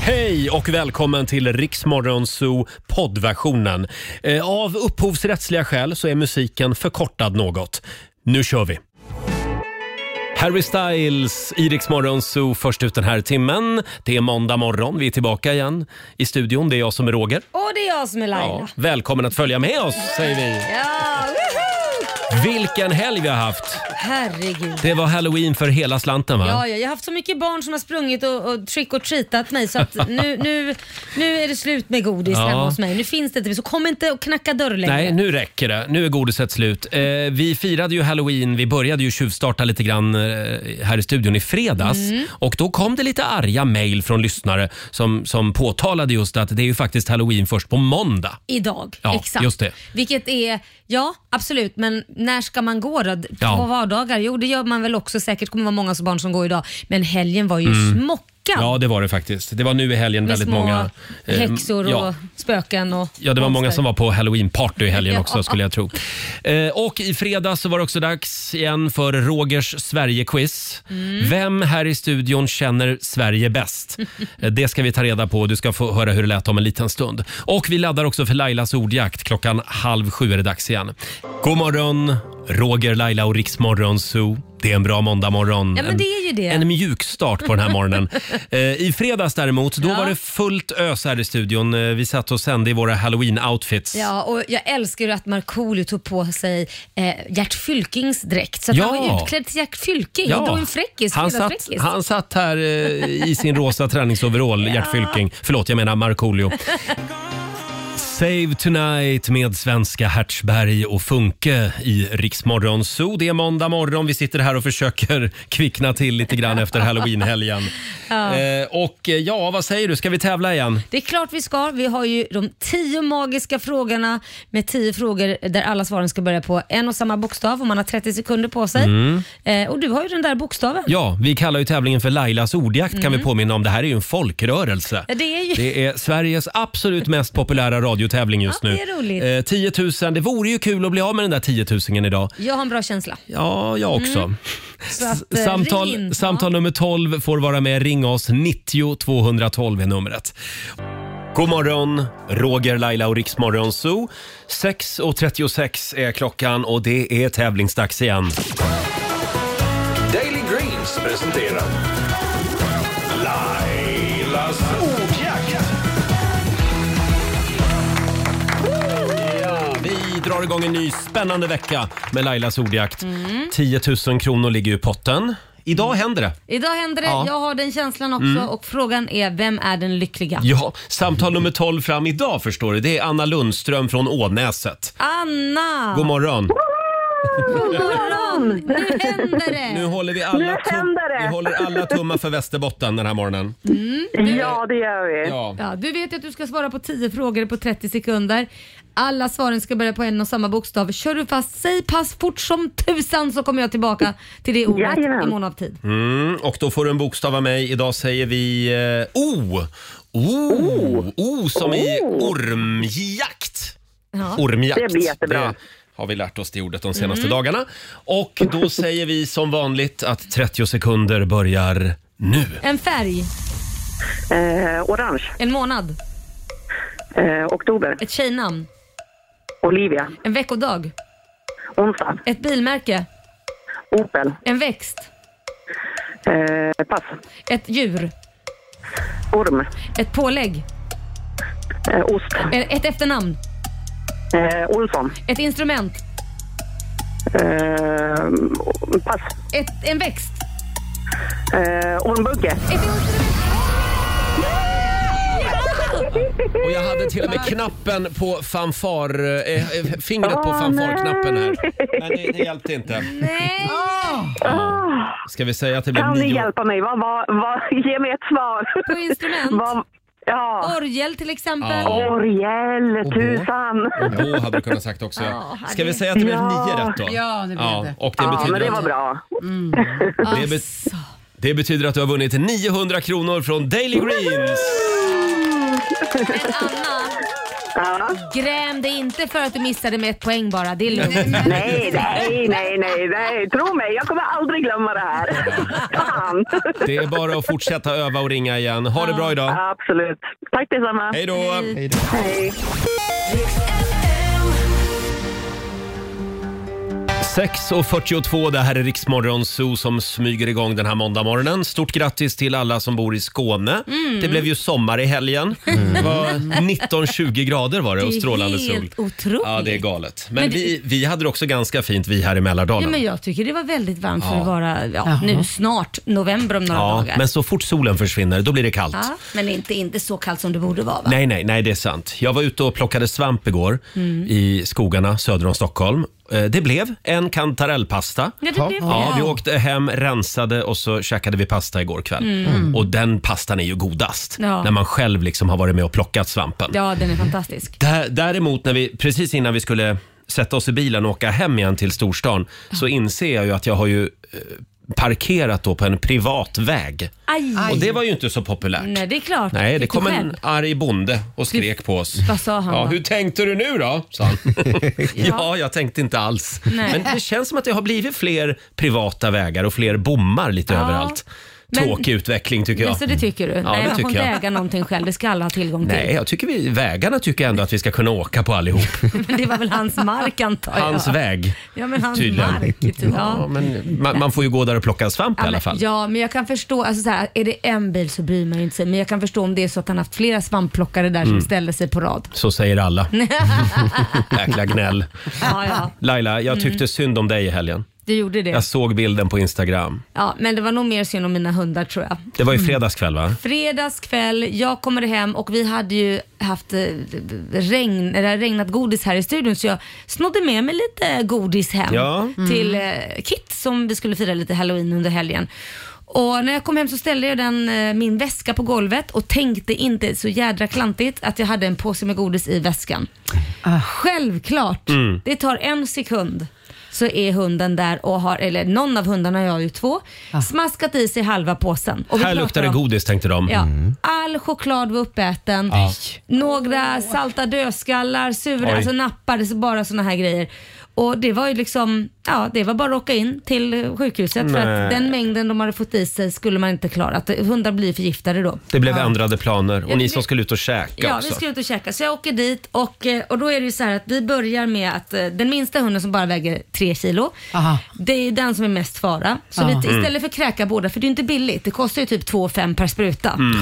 Hej och välkommen till Riksmorgon Zoo poddversionen. Eh, Av upphovsrättsliga skäl så är musiken förkortad något. Nu kör vi! Harry Styles i Rix Morgon Zoo först ut den här timmen. Det är måndag morgon, vi är tillbaka igen i studion. Det är jag som är Roger. Och det är jag som är Laila. Välkommen att följa med oss, säger vi. Ja, woho! Vilken helg vi har haft! Herregud. Det var halloween för hela slanten va? Ja, ja, jag har haft så mycket barn som har sprungit och, och trick och treatat mig så att nu, nu, nu är det slut med godis Ja. hemma hos mig. Nu finns det inte, så kom inte och knacka dörr längre. Nej, nu räcker det. Nu är godiset slut. Eh, vi firade ju halloween. Vi började ju tjuvstarta lite grann eh, här i studion i fredags. Mm. Och då kom det lite arga mejl från lyssnare som, som påtalade just att det är ju faktiskt halloween först på måndag. Idag, Ja, exakt. just det. Vilket är, ja absolut, men när ska man gå då? På Ja. vardagar? Jo det gör man väl också, säkert kommer det vara många barn som går idag. Men helgen var ju smockad. Mm. Ja, det var det faktiskt. Det var nu i helgen med väldigt små många... eh, häxor och ja. spöken och Ja, det var många monster. som var på halloween-party i helgen också Ja. skulle jag tro. Eh, och i fredags så var det också dags igen för Rogers Sverige-quiz. Mm. Vem här i studion känner Sverige bäst? Eh, det ska vi ta reda på. Du ska få höra hur det lät om en liten stund. Och vi laddar också för Lailas ordjakt. Klockan halv sju är det dags igen. God morgon, Roger, Laila och Riksmorgon Zoo. Det är en bra måndagmorgon. Ja, men En- det är ju det. En mjuk start på den här morgonen. Eh, I fredags däremot, då Ja. var det fullt ös här i studion. Eh, Vi satt och sände i våra halloween-outfits. Ja, och jag älskar ju att Markoolio tog på sig eh, Gert Fylkings dräkt. Så att Ja. han var utklädd till Gert Fylking. Ja. Ja. Drog en fräckis. han, fredags satt, fräckis. han satt här eh, i sin rosa träningsoverall, Gert Fylking. Förlåt, jag menar Markoolio. Save Tonight med svenska Hertzberg och Funke i Riksmorgon Zoo. Det är måndag morgon. Vi sitter här och försöker kvickna till lite grann efter halloweenhelgen. Eh, och eh, ja, vad säger du? Ska vi tävla igen? Det är klart vi ska. Vi har ju de tio magiska frågorna med tio frågor där alla svaren ska börja på en och samma bokstav och man har 30 sekunder på sig. Eh, och du har ju den där bokstaven. Mm. Ja, vi kallar ju tävlingen för Lailas ordjakt kan vi påminna om. Det här är ju en folkrörelse. Mm. Ja, Det är ju... Det är Sveriges absolut mest populära radiotävling just Ja, nu. det är roligt. Eh, 10 000, det vore ju kul att bli av med den där 10 000 idag. Jag har en bra känsla. Ja, jag också. Mm. Så att, eh, Samtal, ring in. Ja. samtal nummer 12 får vara med. Ring oss. 90 212 är numret. God morgon, Roger, Laila och Riksmorgon Zoo. 6.36 är klockan och det är tävlingsdags igen. Daily Greens presenterar Lailas ordjakt. Ja, vi drar igång en ny spännande vecka med Lailas ordjakt. 10 000 kronor ligger ju i potten. Idag händer det. Idag händer det. Ja. Mm. Jag har den känslan också och frågan är vem är den lyckliga? Ja, samtal nummer 12 fram idag förstår du. Det är Anna Lundström från Ånäset. Anna! God morgon! God morgon! Nu händer det! Nu håller vi alla, Nu tum- händer det. vi håller alla tummar för Västerbotten den här morgonen. Ja, det gör vi. Mm. Ja. Ja, du vet ju att du ska svara på 10 frågor på 30 sekunder. Alla svaren ska börja på en och samma bokstav. Kör du fast, säg pass fort som tusan så kommer jag tillbaka till det ordet Jajamän. i mån av tid. Mm, och då får du en bokstav av mig. Idag säger vi eh, O. O. O som i ormjakt. Ja. Ormjakt. Det blir jättebra. Mm. Det har vi lärt oss det ordet de senaste dagarna. Och då säger vi som vanligt att 30 sekunder börjar nu. En färg, Eh, orange, en månad, eh, oktober, ett tjejnamn, Olivia, en veckodag, onsdag, ett bilmärke, Opel, en växt, eh, pass, ett djur, orm, ett pålägg, eh, ost, eh, ett efternamn, eh, Olsson, ett instrument, eh, pass, ett, en växt, eh, ormbugge. ett Och jag hade till och med knappen på fanfar... Eh, eh, fingret på Åh, fanfarknappen här. nej. Men det, det hjälpte inte. Nej! Ska vi säga att det blev Kan ni nio... hjälpa mig? Vad, vad, vad, ge mig ett svar. På instrument? Vad, ja. Orgel till exempel. Ja. Orgel, Och tusan. Då hade du kunnat sagt också. Ja, Ska vi säga att det blev Ja. nio rätt då? Ja, det blev det. Och det, Ja, men betyder det var att, bra. Ah, det, be, det betyder att du har vunnit 900 kronor från Daily Greens. Men Anna, Ja. Gräm dig inte för att du missade med ett poäng bara. Det är lugnt. Nej, nej, nej, nej, nej. Tro mig, jag kommer aldrig glömma det här. Fan. Det är bara att fortsätta öva och ringa igen. Ha det bra idag. Absolut. Tack detsamma. Hej då! Hej. Sex och 42, det här är Riksmorgon Zoo som smyger igång den här måndagmorgonen. Stort grattis till alla som bor i Skåne. Mm. Det blev ju sommar i helgen. Det var 19-20 grader var det och Det är strålande sol. helt otroligt. Ja, det är galet. Men, Men det- vi, vi hade det också ganska fint vi här i Ja, Mälardalen. men jag tycker det var väldigt varmt för att vara ja, nu snart november om några Ja, dagar. men så fort solen försvinner, då blir det kallt. Ja, men inte, inte så kallt som det borde vara va? Nej, nej, nej, det är sant. Jag var ute och plockade svamp igår Mm. i skogarna söder om Stockholm. Eh, Det blev en kantarellpasta. Ja, det blev Ja, det. vi åkte hem, rensade och så käkade vi pasta igår kväll. Och den pastan är ju godast Mm. Ja. när man själv liksom har varit med och plockat svampen. ja, den är fantastisk. Dä- Däremot när vi, precis innan vi skulle sätta oss i bilen och åka hem igen till storstan så inser jag ju att jag har ju eh, parkerat då på en privat väg. Aj! Och det var ju inte så populärt. Nej, det är klart. Nej, det Fick kom du en skäll? arg bonde och skrek på oss. Vad sa han ja, då? Hur tänkte du nu då? sa han. ja, jag tänkte inte alls. Nej. Men det känns som att det har blivit fler privata vägar och fler bommar lite Ja. överallt. Men- Tråkig utveckling tycker jag. Alltså, det tycker du? Ja, Nej, det man får tycker inte jag. äga någonting själv. Det ska alla ha tillgång till. Nej, jag tycker vi, vägarna tycker jag ändå att vi ska kunna åka på allihop. Men det var väl hans mark antar jag. Hans väg. Ja, men hans tydligen. mark. Typ. Ja. Ja, men man, man får ju gå där och plocka svamp i alla fall. Ja, men jag kan förstå. Alltså så här, är det en bil så bryr man ju inte sig. Men jag kan förstå om det är så att han haft flera svampplockare där Mm. som ställer sig på rad. Så säger alla. Jäkla gnäll. Ja, ja, Laila, jag tyckte synd om dig i helgen. du gjorde det. Jag såg bilden på Instagram. Ja, men det var nog mer synd om mina hundar tror jag. Det var ju fredagskväll va? Fredags kväll, jag kommer hem och vi hade ju haft eh, regn, eller regnat godis här i studion så jag snodde med mig lite godis hem Ja. Mm. till eh, Kit som vi skulle fira lite halloween under helgen. Och när jag kom hem så ställde jag den, eh, min väska på golvet och tänkte inte så jädra klantigt att jag hade en påse med godis i väskan. Självklart, Mm. det tar en sekund så är hunden där och har, eller någon av hundarna, jag har ju två, smaskat i sig halva påsen. Och vi Här pratar luktar det om- godis tänkte de. Ja. All choklad var uppäten. Några salta dödskallar, Oj. sura, alltså nappades bara såna här grejer. Och det var ju liksom, ja det var bara att åka in till sjukhuset för Nej. att den mängden de hade fått i sig skulle man inte klara. Att hundar blir förgiftade då. Det blev ändrade planer och Ja, ni vi- som skulle ut och käka Ja, vi också. ska ut och käka. Så jag åker dit och, eh, och då är det ju så här att vi börjar med att eh, den minsta hunden som bara väger tre kilo, Aha. det är ju den som är mest fara. Så Aha. vi, Mm. istället för att kräka båda, för det är ju inte billigt, det kostar ju typ 2 5 per spruta. Mm.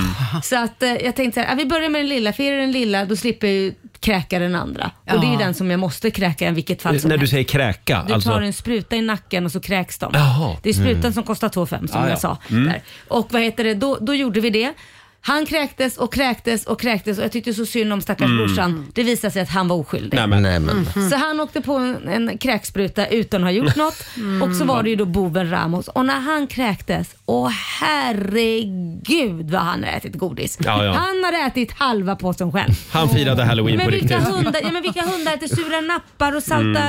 Så att eh, jag tänkte så här, ah, vi börjar med den lilla, för är det den lilla då slipper jag ju kräka den andra. Och det är ju Ja. den som jag måste kräka i vilket fall som När du helst. säger kräka, Du alltså. tar en spruta i nacken och så kräks de. Jaha. Det är sprutan som kostar 2 5 som Ah, ja. jag sa. Där. Och vad heter det, då, då gjorde vi det. Han kräktes och kräktes och kräktes och jag tyckte så synd om stackars brorsan. Det visade sig att han var oskyldig. Mm. Nej, men, Nej, men. Så han åkte på en, en kräkspruta utan att ha gjort något. Och så var det ju då boven Ramos. Och när han kräktes, åh herregud vad han har ätit godis. Ja, ja. Han har ätit halva påsen själv. han firade halloween på Men vilka, riktigt. Mm. hundar, ja, men vilka hundar äter sura nappar och salta...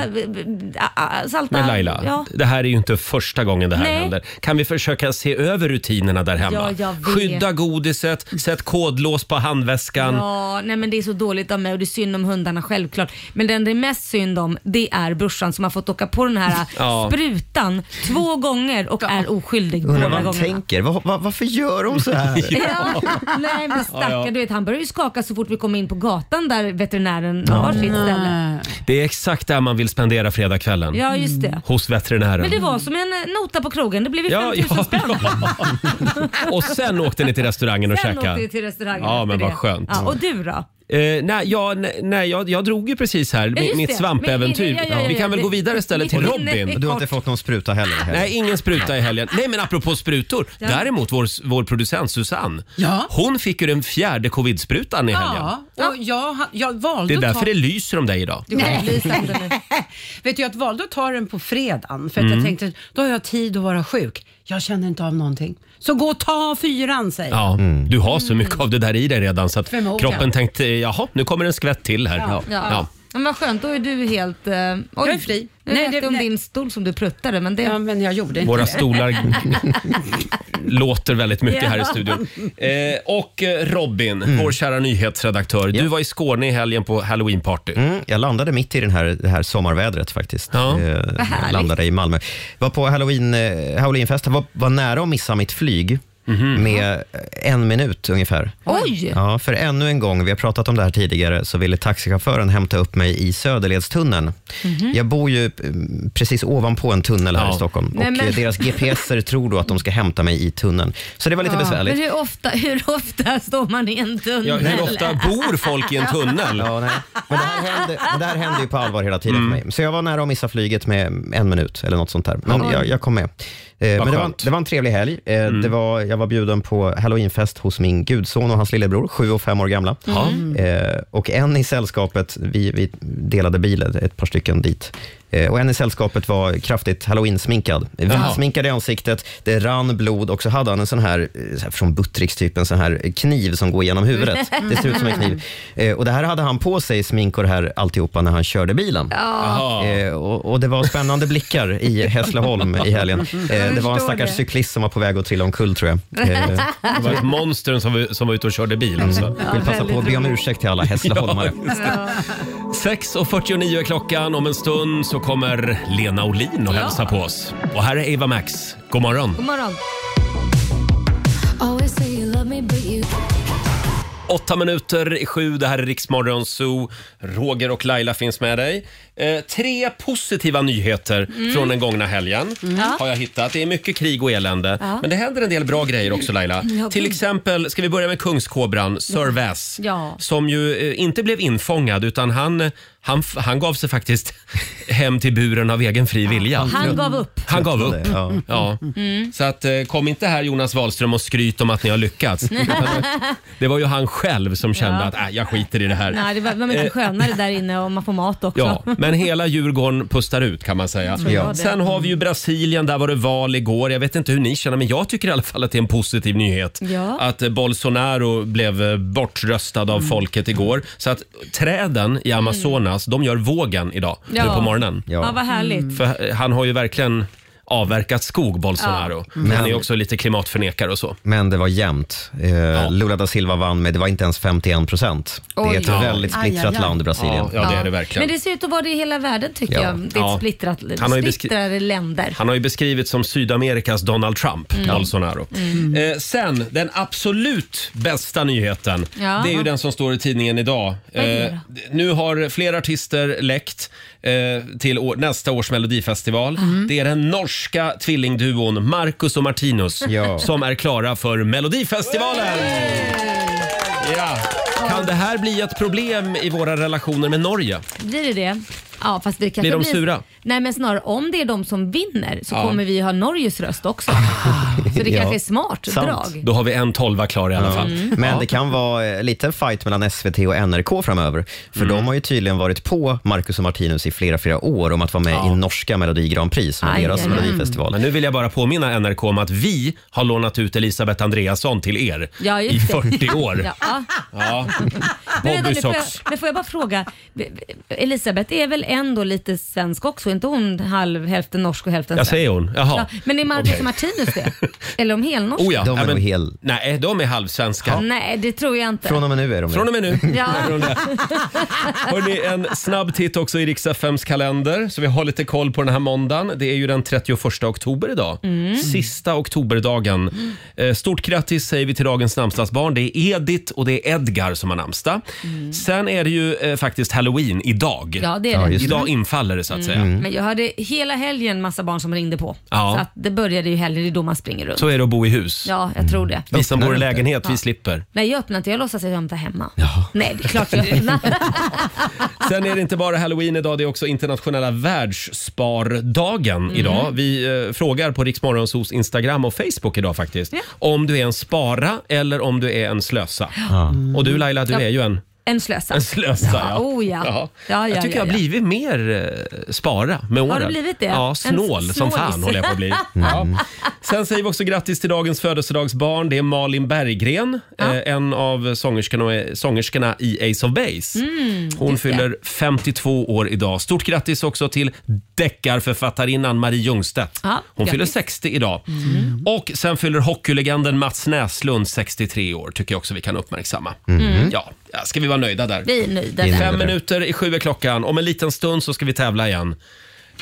a- a- salta Men Laila, ja. det här är ju inte första gången det här Nej. händer. Kan vi försöka se över rutinerna där Ja, hemma? jag vet. Skydda godiset, sätt kodlås på handväskan. Ja, nej men det är så dåligt av mig och det är synd om hundarna självklart. Men den det är mest synd om det är brorsan som har fått åka på den här Ja. sprutan två gånger och är oskyldig Undrar båda vad han gångerna. tänker. Va, va, varför gör hon så här? Ja, nej men stackare, Ja, ja. du vet han började ju skaka så fort vi kom in på gatan där veterinären har sitt ställe. Det är exakt där man vill spendera fredagskvällen. Ja just det. Hos veterinären. Men det var som en eh, nota på krogen, det blev ju 5000 spänn. Och sen åkte ni till restaurangen och Sen åkte käkade. vi till restaurangen Ja, efter men vad det. skönt. Ja, och du då? Eh, nej, ja, nej, nej jag, jag drog ju precis här mi- just mitt det. svampäventyr. Men- ja, ja, ja, Vi kan ja, väl det- gå vidare istället till mitt Robin. minne är Du har kort. inte fått någon spruta heller? heller. Nej, ingen spruta i helgen. Nej, men apropå sprutor. Däremot vår, vår producent Susanne. Ja. Hon fick ju den fjärde covid-sprutan i helgen. Ja, och jag, ha- jag Det valde är att ta, Äh, därför det lyser om dig idag. Du kommer bli som den är. vet du, jag valde att ta den på fredagen för att Mm. jag tänkte då har jag tid att vara sjuk. Jag känner inte av någonting. Så gå och ta fyran säger jag. Ja, du har så mycket av det där i dig redan så att Förmodligen. kroppen tänkte jaha, nu kommer en skvätt till här. Ja. Ja. Men vad skönt, då är du helt... Eh, oj, Jag är fri. Nu Nej, vet det- jag om nej. din stol som du pruttade, men det... Ja, men jag gjorde inte Våra det. stolar låter väldigt mycket här i Ja. studion. Eh, och eh, Robin, Mm. vår kära nyhetsredaktör. Du var i Skåne i helgen på halloweenparty. Mm, jag landade mitt i den här, det här sommarvädret faktiskt. Ja. Eh, jag landade i Malmö. Var på halloween, eh, halloweenfest, var, var nära att missa mitt flyg. Med eh, en minut ungefär. Mhm. Oj! Ja, för ännu en gång, vi har pratat om det här tidigare, så ville taxichauffören hämta upp mig i Söderledstunneln. Mhm. Jag bor ju eh, precis ovanpå en tunnel här Ja. i Stockholm Nej, och men- eh, deras GPSer tror då att de ska hämta mig i tunneln. Så det var lite besvärligt. Men hur ofta, hur ofta står man i en tunnel? Ja, hur ofta bor folk i en tunnel? Ja, nej. Mm. Men, det här hände, men det här hände ju på allvar hela tiden för mig. Så jag var nära att missa flyget med en minut eller något sånt där. Men jag, jag kom med. Eh, men det, var, skönt. det var en trevlig helg. Eh, det var, jag var bjuden på halloweenfest hos min gudson och hans lillebror, sju och fem år gamla. Eh, och en i sällskapet, vi, vi delade bilen, ett par stycken dit. Eh, Och en i sällskapet var kraftigt halloween-sminkad. Vitsminkad i ansiktet, det rann blod och så hade han en sån här, eh, så här från Buttricks typ, en sån här kniv som går genom huvudet. Det ser ut som en kniv. Eh, Och det här hade han på sig, smink och det här alltihopa, när han körde bilen. Aha. Eh, och, och det var spännande blickar i Hässleholm i helgen. Eh, det var en förstår stackars det. cyklist som var på väg att trilla omkull tror jag. Eh, Det var ett monster som, var- som var ute och körde bil. Alltså. vill passa på att be om ursäkt till alla hässleholmare. 6.49 är klockan. Om en stund så kommer Lena Olin och hälsa på oss. Och här är Eva Max. God morgon. God morgon. Always say you love me, but you Åtta minuter i sju, det här är Riksmorgon Zoo. Roger och Laila finns med dig. Eh, tre positiva nyheter Mm. från den gångna helgen har jag hittat. Det är mycket krig och elände, men det händer en del bra grejer också Laila. Ja, Till gud. exempel, ska vi börja med kungskobran Sir Väs, Ja. som ju eh, inte blev infångad utan han, han, f- han gav sig faktiskt hem till buren av egen fri vilja. Han gav upp. Han gav upp. Ja. Ja. Mm. Så att, eh, kom inte här Jonas Wahlström och skryt om att ni har lyckats. Utan det var ju han själv som kände Ja. att äh, jag skiter i det här. Nej, det var, var mycket skönare där inne och man får mat också. Eh. Ja, men hela Djurgården pustar ut kan man säga. jag det. Sen har vi ju Brasilien, där var det val igår. Jag vet inte hur ni känner, men jag tycker i alla fall att det är en positiv nyhet. Ja. Mm. Att eh, Bolsonaro blev eh, bortröstad av folket igår. Så att träden i Amazonas, de gör vågen idag, nu Mm. Ja. på morgonen. Mm. Ja, Ja. vad härligt. För han har ju verkligen avverkat skog, Bolsonaro. Men han är Men- också lite klimatförnekare och så. Men det var jämnt. Eh, Lula da Silva vann med, det var inte ens 51 procent. Det är ett Oj. väldigt splittrat Aj, aj, aj. land, Brasilien. Ja, ja, det är det verkligen. Men det ser ut att vara det i hela världen tycker Ja. jag. Det är Ja. ett splittrat, Han har ju beskri- splittrade länder. Han har ju beskrivits som Sydamerikas Donald Trump, Mm. Bolsonaro. Eh, sen, den absolut bästa nyheten, Ja. det är ju den som står i tidningen idag. är det Eh, nu har fler artister läckt eh, till år, nästa års melodifestival. Mm. Det är den norska tvillingduon Marcus och Martinus Ja. som är klara för melodifestivalen. Ja. Kan det här bli ett problem i våra relationer med Norge? Blir det det? Ja, fast det kanske Blir de sura? Nej, men snarare om det är de som vinner så Ja. Ah. kommer vi ha Norges röst också. Så det Ja. kanske är smart Sant. drag. Då har vi en tolva klar i alla fall. Mm. Men det kan vara eh, lite fight mellan SVT och NRK framöver. För de har ju tydligen varit på Marcus och Martinus i flera, flera år om att vara med i norska Melodi Grand Prix, som är Aj, deras aj, aj. melodifestival. Men nu vill jag bara påminna NRK om att vi har lånat ut Elisabeth Andreasson till er Ja, i just det. 40 år. Ja. ja. Ja. Men, vänta, Bobby nu får jag, Socks. men får jag bara fråga. Elisabeth är väl ändå lite svensk också? Är inte hon halv, hälften norsk och hälften Jag svensk? säger hon. Jaha. Ja, men är Marcus Okej. och Martinus det? Eller om helnorska? Oh ja. De är ja, men, nog hel- Nej, de är halvsvenska. Nej, det tror jag inte. Från och med nu är de Från och med nu. Ja. är de det. Hörrni, en snabb titt också i riks FMs kalender så vi har lite koll på den här måndagen. Det är ju den 31 oktober idag. Mm. Sista oktoberdagen. Eh, Stort grattis säger vi till dagens namnsdagsbarn. Det är Edith och det är Edgar som har namnsdag. Sen är det ju eh, faktiskt halloween idag. Mm. Ja, det är Ja, det. Mm. just det. Idag infaller det så att säga. Men jag hade hela helgen massa barn som ringde på. Ja. Så att det började ju helgen, det är då man springer runt. Så är det att bo i hus. Ja, jag tror det. Vi som bor i lägenhet, vi slipper. Nej, jag öppnar inte. Jag låtsas att jag hämtar hemma. Nej, det är klart jag öppnar. Sen är det inte bara halloween idag, det är också internationella världsspardagen idag. Vi eh, frågar på Riksmorgonsos Instagram och Facebook idag faktiskt. Om du är en spara eller om du är en slösa. Och du Laila, du är ju en En slösa. En slösa, ja. Oh, ja. Ja, ja, jag tycker ja, jag har ja. blivit mer eh, spara med åren. du blivit det? Ja, En snål som snålis. fan håller jag på att bli. Ja. Sen säger vi också grattis till dagens födelsedagsbarn. Det är Malin Berggren, eh, en av sångerskorna, eh, sångerskorna i Ace of Base. Mm, Hon fyller 52 år idag. Stort grattis också till deckarförfattarinnan Marie Ljungstedt. Ja, Hon fyller grattis. 60 idag. Mm. Och sen fyller hockeylegenden Mats Näslund 63 år, tycker jag också vi kan uppmärksamma. Ja, ska vi vara nöjda där? Mm. Vi är nöjda Innan- där. Fem Eller? minuter i sju är klockan. Om en liten stund så ska vi tävla igen.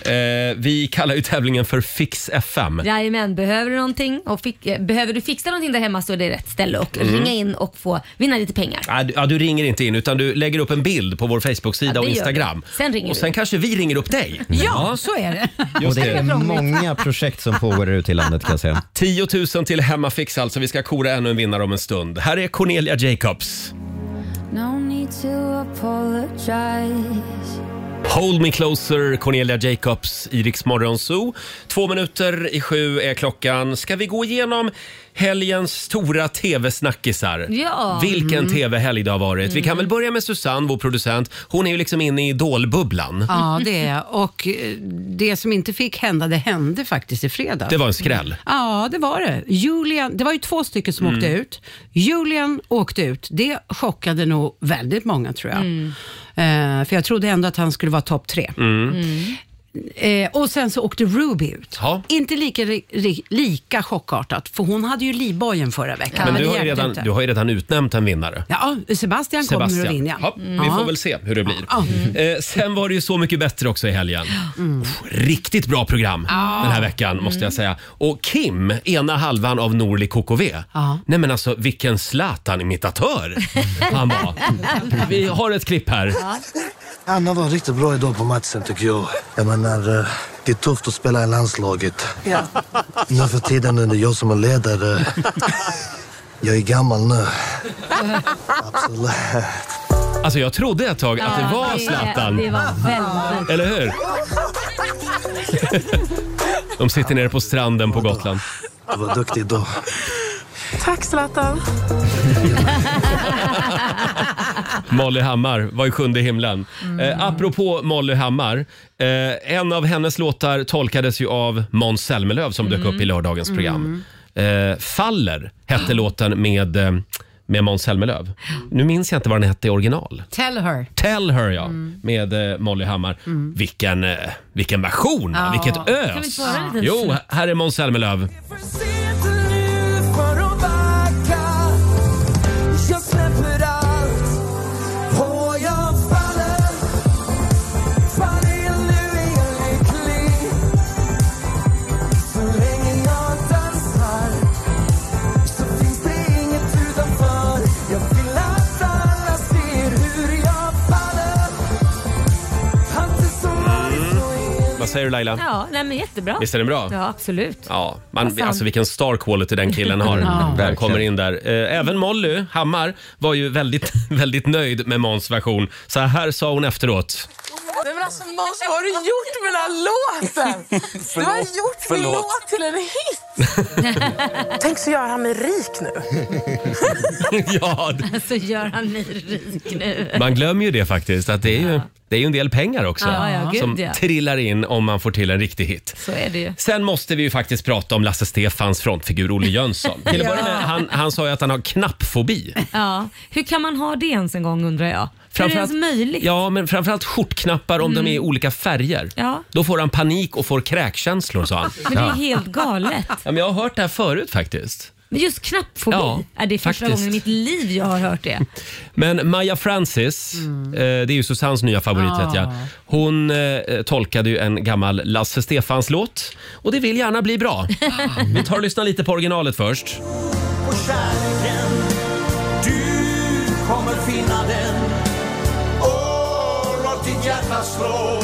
Eh, vi kallar ju tävlingen för Fix FM. Jajamän, behöver du någonting och fick, eh, behöver du fixa någonting där hemma så är det rätt ställe och Mm. ringa in och få vinna lite pengar. Ja, du, ja, du ringer inte in utan du lägger upp en bild på vår Facebook-sida Ja, det och gör Instagram. vi. Sen ringer och vi. sen kanske vi ringer upp dig. Ja, så är det. Och Just det är det. många projekt som pågår där ute i landet kan jag säga. 10 000 till Hemmafix alltså. Vi ska kora ännu en vinnare om en stund. Här är Cornelia Jacobs. Hold me closer, Cornelia Jacobs, Iriks Morgonzoo. Två minuter i sju är klockan. Ska vi gå igenom helgens stora tv-snackisar? Ja. Vilken Mm. tv-helg det har varit. Vi kan väl börja med Susanne, vår producent. Hon är ju liksom inne i idolbubblan. Ja, det är jag. Och eh, det som inte fick hända, det hände faktiskt i fredag. Det var en skräll. Ja, det var det. Julian, det var ju två stycken Mm. som åkte ut. Julian åkte ut. Det chockade nog väldigt många tror jag. Mm. Eh, för jag trodde ändå att han skulle vara topp tre. Mm. Mm. Eh, och sen så åkte Ruby ut. Ja. Inte lika, ri- ri- lika chockartat, för hon hade ju livbojen förra veckan. Men du det har, ju hjälpte redan, inte. du har ju redan utnämnt en vinnare. Ja, Sebastian, kommer att Sebastian. vinna. Ja, vi får väl se hur det blir. Ja. Eh, sen var det ju Så mycket bättre också i helgen. Uff, riktigt bra program den här veckan måste jag säga. Och Kim, ena halvan av Norli KKV. Ja. Nej men alltså vilken Zlatan-imitatör han var. Vi har ett klipp här. Anna var riktigt bra idag på matchen tycker jag. Jag menar, eh, det är tufft att spela i landslaget. Nu för tiden är det jag som är ledare. Jag är gammal nu. Absolut. Alltså jag trodde ett tag att det var Det Zlatan. var väldigt... Eller hur? De sitter nere på stranden på Gotland. Du var duktig idag. Tack Zlatan. Molly Hammar var i sjunde himlen. Mm. Eh, apropå Molly Hammar, eh, en av hennes låtar tolkades ju av Måns Zelmerlöw som dök upp Mm. i lördagens program. Eh, Faller Ah. hette låten med, eh, med Måns Zelmerlöw. Nu minns jag inte vad den hette i original. Tell her. Tell her ja, Mm. med eh, Molly Hammar. Vilken, eh, vilken version, va? vilket vi inte ös! få höra en liten Jo, här är Måns Zelmerlöw. Vad säger du Laila? Ja, nej, men jättebra. Visst är den bra? Ja, absolut. Ja, man, alltså vilken star quality den killen har. när han kommer in där. Eh, Även Molly Hammar var ju väldigt, väldigt nöjd med Måns version. Så här sa hon efteråt. Nej men alltså Måns, vad har du gjort med den här låten? Du har gjort min låt till en hit! Tänk så gör han mig rik nu. ja, Så gör han mig rik nu. man glömmer ju det faktiskt. Att det, är ju, det är ju en del pengar också Ja, ja, gud, som ja. trillar in om man får till en riktig hit. Så är det ju. Sen måste vi ju faktiskt prata om Lasse Stefans frontfigur Olle Jönsson. Till att börja med, han, han sa ju att han har knappfobi. Ja. Hur kan man ha det ens en gång undrar jag? Hur är det ens Framförallt- möjligt? Mm. Ja, men framförallt skjortknappar om de är i olika färger. Ja. Då får han panik och får kräkkänslor, sa han. Men det är helt galet. Ja, men jag har hört det här förut faktiskt. Men just knappfobi, Ja, är det är första faktiskt. gången i mitt liv jag har hört det. Men Maja Francis, eh, det är ju Susannes nya favorit vet jag. Hon eh, tolkade ju en gammal Lasse Stefans låt och det vill gärna bli bra. Vi tar och lyssnar lite på originalet först. och kärleken Du kommer finna den Och låt ditt hjärta slå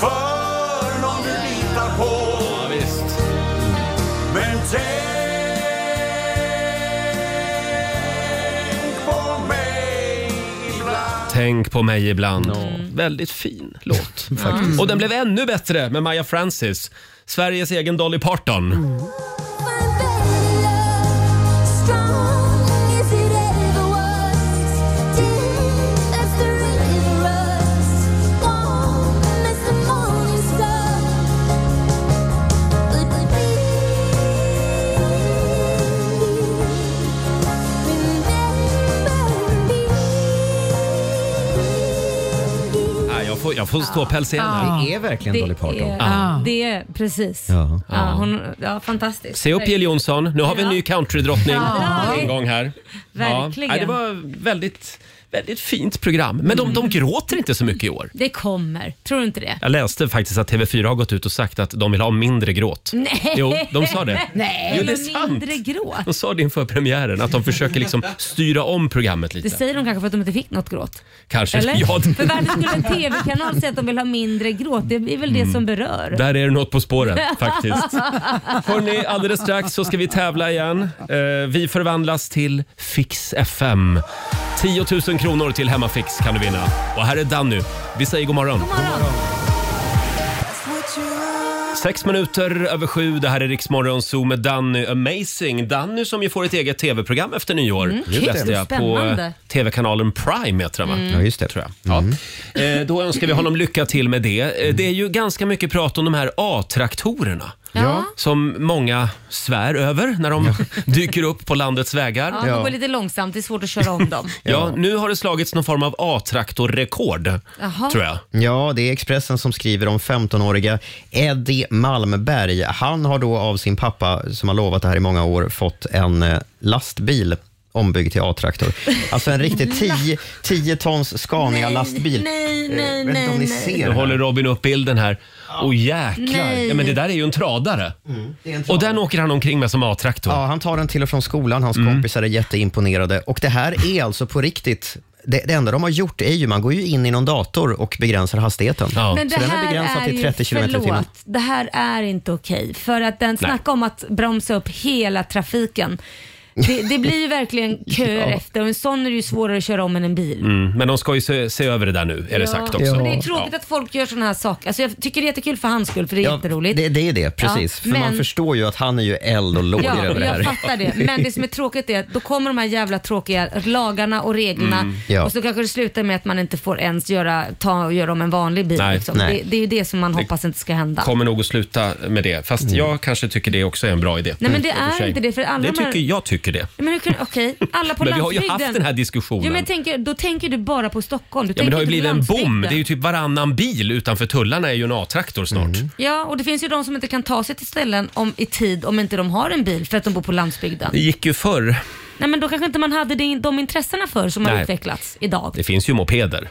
För någon du litar på Men tänk på mig ibland Tänk på mig ibland. Väldigt fin låt. Och den blev ännu bättre med Maja Francis, Sveriges egen Dolly Parton. Strong if it ever was. Dear. ja, får ståpäls igen. här. Det är verkligen Dolly Parton. är- Ja. Det är precis. Ja. Ja, hon, ja, fantastiskt. Se upp Jill Johnson. Nu har vi en ny countrydrottning Ja. en gång här. Verkligen. Nej, det var väldigt, väldigt fint program. Men de, de gråter inte så mycket i år. Det kommer, tror du inte det? Jag läste faktiskt att TV4 har gått ut och sagt att de vill ha mindre gråt. Nej. Jo, de sa det. Nej, Jo, det är men sant. mindre gråt. De sa det inför premiären, att de försöker liksom styra om programmet Det lite. säger de kanske för att de inte fick något gråt. Kanske. Eller? Ja, För varför skulle en TV-kanal säga att de vill ha mindre gråt? Det är väl det som berör. där är Mm. det något på spåren faktiskt. Hörrni, alldeles strax så ska vi tävla igen. Eh, vi förvandlas till Fix FM. 10 000 kronor till Hemmafix kan du vinna. Och här är Danny. Vi säger god morgon. Sex minuter över sju, det här är Riksmorgon Zoo med Danny Amazing. Danny som ju får ett eget tv-program efter nyår. Just läste det. jag på Spännande. eh, tv-kanalen Prime heter den va? Ja, just det. Tror jag. Mm. Eh, då önskar vi honom lycka till med det. Eh, det är ju ganska mycket prat om de här A-traktorerna. Ja. Som många svär över när de dyker upp på landets vägar. Ja, de går lite långsamt. Det är svårt att köra om dem. Ja, nu har det slagits någon form av A-traktorrekord, Jaha. tror jag. Ja, det är Expressen som skriver om 15-åriga Eddie Malmberg. Han har då av sin pappa, som har lovat det här i många år, fått en eh, lastbil ombyggd till A-traktor. Alltså en riktig 10 10 tons Scania-lastbil. nej, nej, Jag vet inte om ni nej, ser Nu det håller Robin upp bilden här. Åh jäklar, Nej. ja, men det där är ju en tradare. här. Och den åker han omkring med som A-traktor. Mm. Ja, han tar den till och från skolan. Hans kompisar är jätteimponerade. Och det här är alltså på riktigt. Det, det enda de har gjort är ju, man går ju in i någon dator och begränsar hastigheten. Ja. Men Så det den är här begränsad är till ju- 30 kilometer i timmen. Förlåt, det här är inte okej. För att den snackar om att bromsa upp hela trafiken. Det, det blir ju verkligen köer efter och en sån är det ju svårare att köra om än en bil. Mm, men de ska ju se, se över det där nu, är det sagt också. Men det är tråkigt att folk gör såna här saker. Alltså jag tycker det är jättekul för hans skull för det är Ja, jätteroligt. Det, det är det, precis. Ja, För man men- förstår ju att han är ju eld och lågor Ja, över det jag här. fattar det. Men det som är tråkigt är att då kommer de här jävla tråkiga lagarna och reglerna Ja. och så kanske det slutar med att man inte får ens göra, ta och göra om en vanlig bil. Nej, liksom. nej. Det, det är ju det som man hoppas inte ska hända. Kommer nog att sluta med det. Fast Mm. jag kanske tycker det också är en bra idé. Nej, men det I och för är sig. inte det, för alla det de här- tycker, jag tycker det. Men hur kan, okej, alla på Men vi har ju landsbygden. haft den här diskussionen. Jo, men jag tänker, då tänker du bara på Stockholm. Du Ja, men det har ju tänker blivit en inte på bom. Det är landsbygden. ju typ varannan bil utanför tullarna är ju en A-traktor snart. Mhm. Ja, och det finns ju de som inte kan ta sig till ställen om, i tid om inte de har en bil för att de bor på landsbygden. Det gick ju förr. Nej, men då kanske inte man hade det, de intressena för som har Nej. utvecklats idag. Det finns ju mopeder.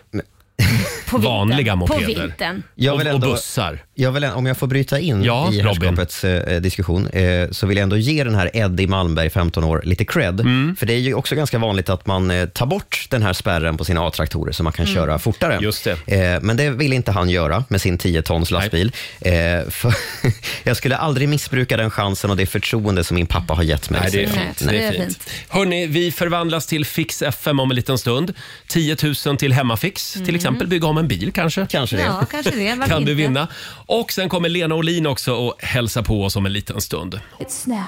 På vintern. vanliga mopeder. På vintern. Jag vill och, och ändå, bussar. jag vill, än- om jag får bryta in Ja, i Robin. herrskapets eh, diskussion eh, så vill jag ändå ge den här Eddie Malmberg, 15 år, lite cred. Mm. För det är ju också ganska vanligt att man eh, tar bort den här spärren på sina A-traktorer så man kan köra fortare. Mm. Just Eh, men det vill inte han göra med sin 10 tons lastbil. Eh, för jag skulle aldrig missbruka den chansen och det förtroende som min pappa har gett mig. Nej, det är Så- fint. Nej, Det är det är fint. Hörni, vi förvandlas till Fix FM om en liten stund. 10 000 till Hemmafix, Mm. till exempel bygga om en bil kanske. Kanske det. Ja, kanske det. Varför kan du inte? vinna. Och sen kommer Lena Olin också och hälsa på oss om en liten stund.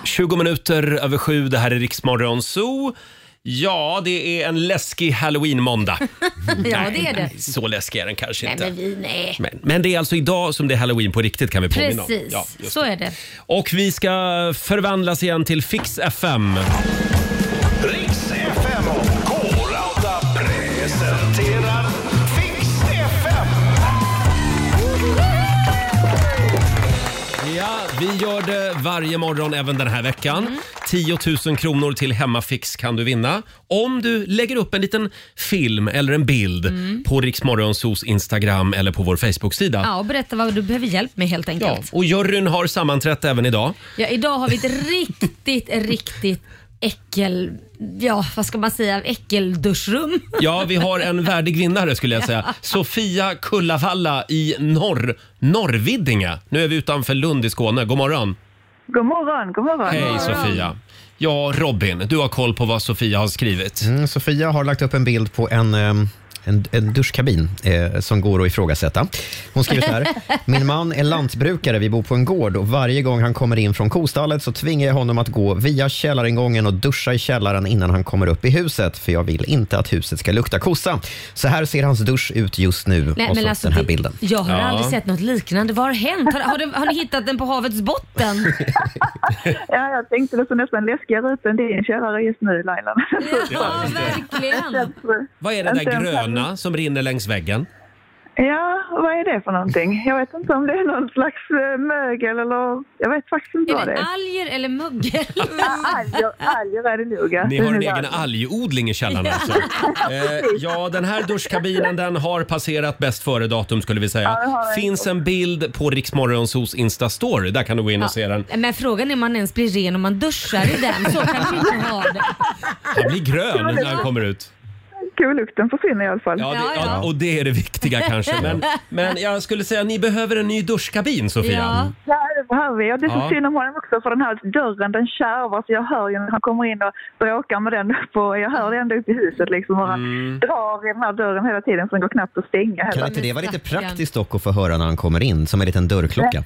20 minuter över sju, det här är Riksmorgon Zoo. Ja, det är en läskig halloween-måndag. Ja, det är det. Nej, Så läskig är den kanske Nej, inte. men vi, nej. Men, men det är alltså idag som det är halloween på riktigt kan vi påminna om. Precis, Ja, just så är det. Och vi ska förvandlas igen till Fix FM. Riks FM och K-Rauta presenterar Fix FM. Ja, vi gör det varje morgon även den här veckan. 10 000 kronor till Hemmafix kan du vinna om du lägger upp en liten film eller en bild på Riksmorgonsos Instagram eller på vår Facebook-sida. Ja, och berätta vad du behöver hjälp med helt Ja, enkelt. Ja. och juryn har sammanträtt även idag. idag har vi ett riktigt, riktigt äckel... Ja, vad ska man säga? Äckelduschrum. Ja, vi har en värdig vinnare skulle jag säga. Sofia Kullafalla i norr, Norrvidinge. Nu är vi utanför Lund i Skåne. God morgon. God morgon, god morgon. Hej Sofia. Ja, Robin, du har koll på vad Sofia har skrivit. Mm, Sofia har lagt upp en bild på en, ehm, en, en duschkabin eh, som går att ifrågasätta. Hon skriver så här. Min man är lantbrukare, vi bor på en gård och varje gång han kommer in från kostallet så tvingar jag honom att gå via källaringången och duscha i källaren innan han kommer upp i huset för jag vill inte att huset ska lukta kossa. Så här ser hans dusch ut just nu Nej, och men så alltså, den här det- bilden. Jag har Ja. aldrig sett något liknande. Vad har hänt? Har, har, du, har ni hittat den på havets botten? Ja, jag tänkte det såg nästan läskigare ut än din källare just nu, Laila. Ja, verkligen. Vad är det där Inte ens- gröna som rinner längs väggen? Ja, vad är det för någonting? Jag vet inte om det är någon slags eh, mögel eller... Jag vet faktiskt inte Är vad det det är. alger eller mögel? Alger, alger är det nog ja. Ni har en Det är nog egen alger. algodling i källaren alltså. Eh, ja, den här duschkabinen den har passerat bäst före-datum skulle vi säga. Ja, det har den. Finns en bild på Riksmorgonsos Insta-story. Där kan du gå in och se den. Men frågan är om man ens blir ren om man duschar i den. Så kan vi inte ha det. Han blir grön när han kommer ut. Kolukten försvinner i alla fall. Ja, det, Ja, ja. ja, och det är det viktiga kanske. Men, men jag skulle säga ni behöver en ny duschkabin Sofia. Ja. Ja, det behöver vi. Och det är så Ja. synd om honom också för den här dörren den kärvar så jag hör ju när han kommer in och bråkar med den. På, jag hör det ända upp i huset liksom och han Mm. drar i den här dörren hela tiden så den går knappt att stänga Kan heller. inte det vara lite Stackarn. praktiskt dock att få höra när han kommer in, som en liten dörrklocka?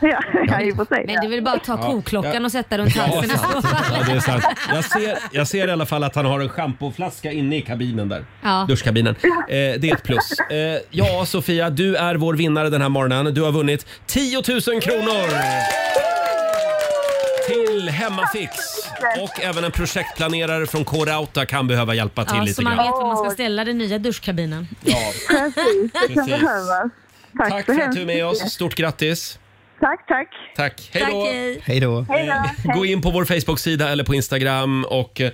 Ja, ja, i och för sig. Men det är väl bara att ta koklockan och sätta runt Ja, halsen. sant. ja, det är sant. Jag ser, jag ser i alla fall att han har en schampoflaska inne i kabinen där. Ja. Duschkabinen. Eh, det är ett plus. Eh, ja, Sofia, du är vår vinnare den här morgonen. Du har vunnit 10 000 kronor! Till Hemmafix. Och även en projektplanerare från K-Rauta kan behöva hjälpa till Ja, lite så man grann. vet var man ska ställa den nya duschkabinen. Ja, Precis, det kan Precis. behövas. Tack, tack för så att hemskt du är med oss. mycket. Stort grattis! Tack, tack. Tack. Hej Tack, då! hej. Hej då. Hej då. Hej. Gå in på vår Facebook-sida eller på Instagram och eh,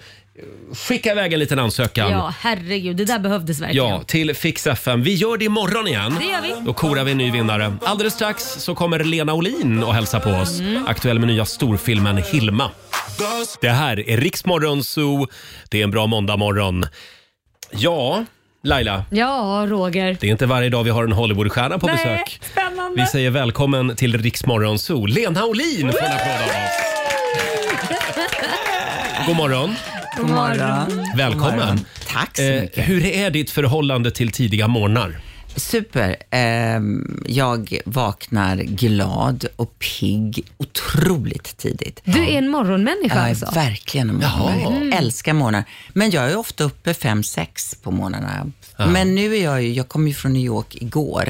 skicka iväg en liten ansökan. Ja, herregud. Det där behövdes verkligen. Ja, till Fix FM. Vi gör det imorgon igen. Det gör vi. Då korar vi en ny vinnare. Alldeles strax så kommer Lena Olin och hälsa på oss. Mm. Aktuell med nya storfilmen Hilma. Det här är Riksmorgon Zoo. Det är en bra måndagmorgon. Ja, Laila. Ja, Roger. Det är inte varje dag vi har en Hollywoodstjärna på Nej, besök. spännande. Vi säger välkommen till Riksmorgon Zoo. Lena Olin får en applåd av oss. God morgon. God morgon. Välkommen. Tack så Eh, mycket. hur är ditt förhållande till tidiga morgnar? Super. Ehm, jag vaknar glad och pigg otroligt tidigt. Du är en morgonmänniska Jag alltså? är verkligen en morgonmänniska. Älskar morgnar. Men jag är ofta uppe fem sex på morgnarna. Men nu är jag ju, jag kom ju från New York igår.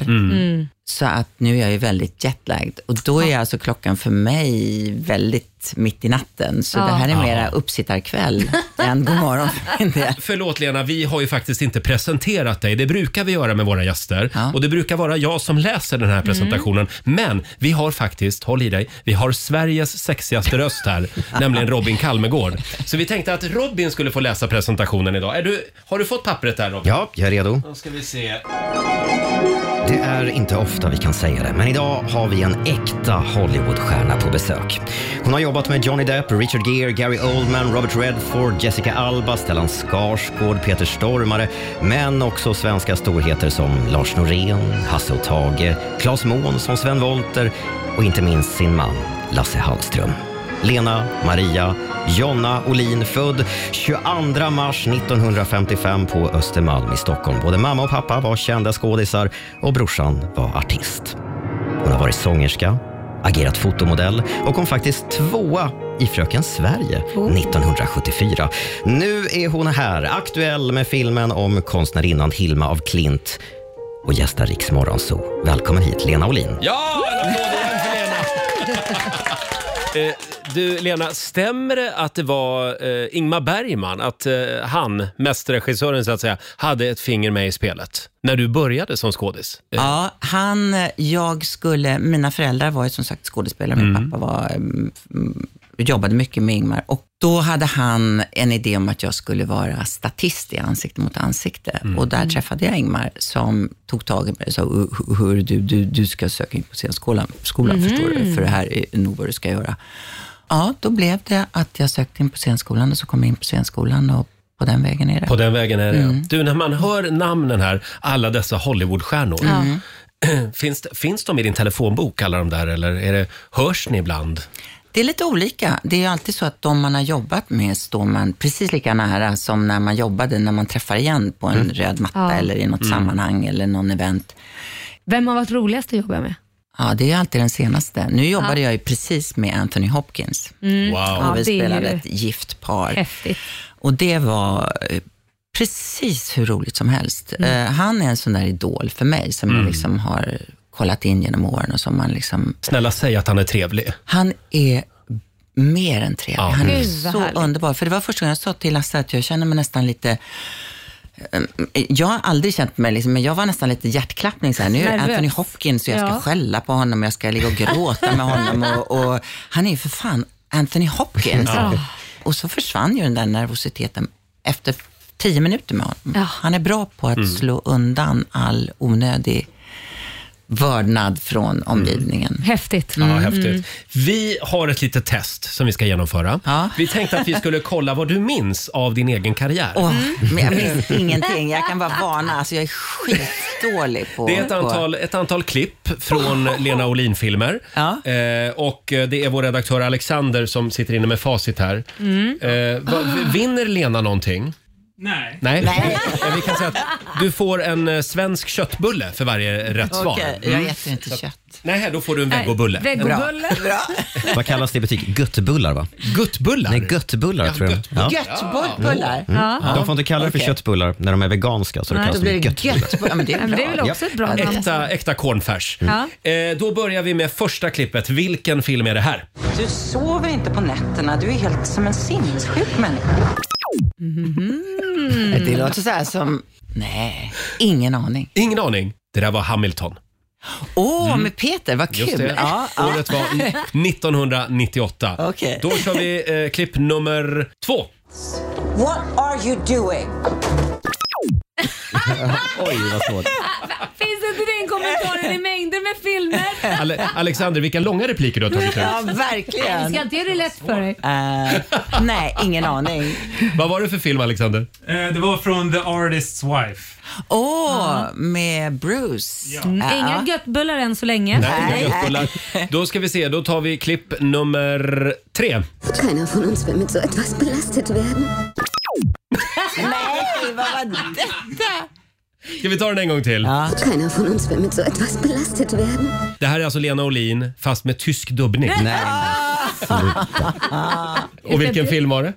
Så att nu är jag ju väldigt jetlagd. Och då är alltså klockan för mig väldigt mitt i natten. Så det här är mera uppsittarkväll än god morgon för min del. Förlåt Lena, vi har ju faktiskt inte presenterat dig. Det brukar vi göra med våra gäster. Ja. Och det brukar vara jag som läser den här presentationen. Men vi har faktiskt, håll i dig, vi har Sveriges sexigaste röst här. nämligen Robin Kalmegård. Så vi tänkte att Robin skulle få läsa presentationen idag. Är du, har du fått pappret där Robin? Ja, jag är redo. Då ska vi se. Det är inte ofta vi kan säga det, men idag har vi en äkta Hollywoodstjärna på besök. Hon har jobbat med Johnny Depp, Richard Gere, Gary Oldman, Robert Redford, Jessica Alba, Stellan Skarsgård, Peter Stormare, men också svenska storheter som Lars Norén, Hasse och Tage, Claes Månsson, Sven Wollter och inte minst sin man Lasse Hallström. Lena Maria Jonna Olin, född 22 mars 1955 på Östermalm i Stockholm. Både mamma och pappa var kända skådisar och brorsan var artist. Hon har varit sångerska, agerat fotomodell och kom faktiskt tvåa i Fröken Sverige 1974. Nu är hon här, aktuell med filmen om konstnärinnan Hilma av Klint och gästar Riks Morgonzoo. Välkommen hit, Lena Olin. Ja, en applåd igen för Lena! Eh, Du Lena, stämmer det att det var eh, Ingmar Bergman, att eh, han, mästerregissören så att säga, hade ett finger med i spelet när du började som skådis? Eh, Ja, han, jag skulle, mina föräldrar var ju som sagt skådespelare, min pappa var, mm, jobbade mycket med Ingmar och då hade han en idé om att jag skulle vara statist i ansikte mot ansikte och där träffade jag Ingmar som tog tag i mig och sa, "Hur- hur du, du, du ska söka in på scenskolan, skolan förstår du, för det här är nog vad du ska göra. Ja, då blev det att jag sökte in på scenskolan och så kom jag in på scenskolan och på den vägen är det. På den vägen är det. Du, när man hör namnen här, alla dessa Hollywoodstjärnor. Finns, det- finns de i din telefonbok, alla de där, eller är det, hörs ni ibland? Det är lite olika. Det är ju alltid så att de man har jobbat med står man precis lika nära som när man jobbade, när man träffar igen på Mm. en röd matta eller i något sammanhang eller någon event. Vem har varit roligast att jobba med? Ja, det är ju alltid den senaste. Nu jobbade jag ju precis med Anthony Hopkins Wow. och Mm, det vi är spelade ju- ett gift par. Häftigt. Och det var eh, precis hur roligt som helst. Mm. Eh, han är en sån där idol för mig som jag liksom har kollat in genom åren och som man liksom Snälla säg att han är trevlig. Han är mer än trevlig. Ja. Han är Gud, vad så härligt. underbar. För det var första gången jag sa till Lasse att jag känner mig nästan lite eh, jag har aldrig känt mig, liksom, men jag var nästan lite hjärtklappning. Så här. Nu är det Nervös. Anthony Hopkins och jag ska Ja. skälla på honom och jag ska ligga och gråta med honom. Och, och, han är ju för fan Anthony Hopkins. Och så försvann ju den där nervositeten efter tio minuter med honom. Han är bra på att slå undan all onödig vördnad från omgivningen. Häftigt. Mm. Ja, Mm, häftigt. Vi har ett litet test som vi ska genomföra. Ja. Vi tänkte att vi skulle kolla vad du minns av din egen karriär. Åh, men jag minns ingenting. Jag kan bara varna. Alltså, jag är skitdålig på... Det är ett antal, ett antal klipp från Lena Olin-filmer. Ja. Eh, och eh, det är vår redaktör Alexander som sitter inne med facit här. Mm. Eh, vad- vinner Lena någonting? Nej. Nej. Eh, Vi kan säga att du får en eh, svensk köttbulle för varje rätt På. svar. Okej, jag äter inte kött. Nej, då får du en vegobulle. Vegobulle. Vad kallas det i butik? Göttbullar va? Guttbullar? Nej, göttbullar tror jag. Ja. Göttbullar? De får inte kalla det för Okej. köttbullar när de är veganska, så det kallas Då blir de det göttbullar. göttbullar. Ja, men det är Men bra. det är väl också ett bra namn? Äkta, äkta kornfärs. Ja. Eh, då börjar vi med första klippet. Vilken film är det här? Du sover inte på nätterna. Du är helt som en sinnessjuk människa. Mm-hmm. Det låter så här som... Nej, ingen aning. Ingen aning. Det där var Hamilton. Åh, med Peter, vad Mm. Just kul. det. Ja, ja. Året var 1998. Okej. Då kör vi eh, klipp nummer två. What are you doing? Oj, vad svårt. Finns inte den kommentaren i mängder med filmer? Ale- Alexander, vilka långa repliker du har tagit ut. ja verkligen. Ska inte göra det lätt för dig? Eh, nej, ingen aning. Vad var det för film, Alexander? Eh, Det var från The Artist's Wife. Åh, med Bruce. Ja. Mm, Inga göttbullar än så länge. Nej, inga göttbullar. Då ska vi se, då tar vi klipp nummer tre. Keiner von uns will mit so etwas belastet werden. Nej, vad var detta? Ska vi ta den en gång till? Keiner von uns will mit so etwas belastet werden. Det här är alltså Lena Olin, fast med tysk dubbning. Nej. Ah. Och vilken film var det?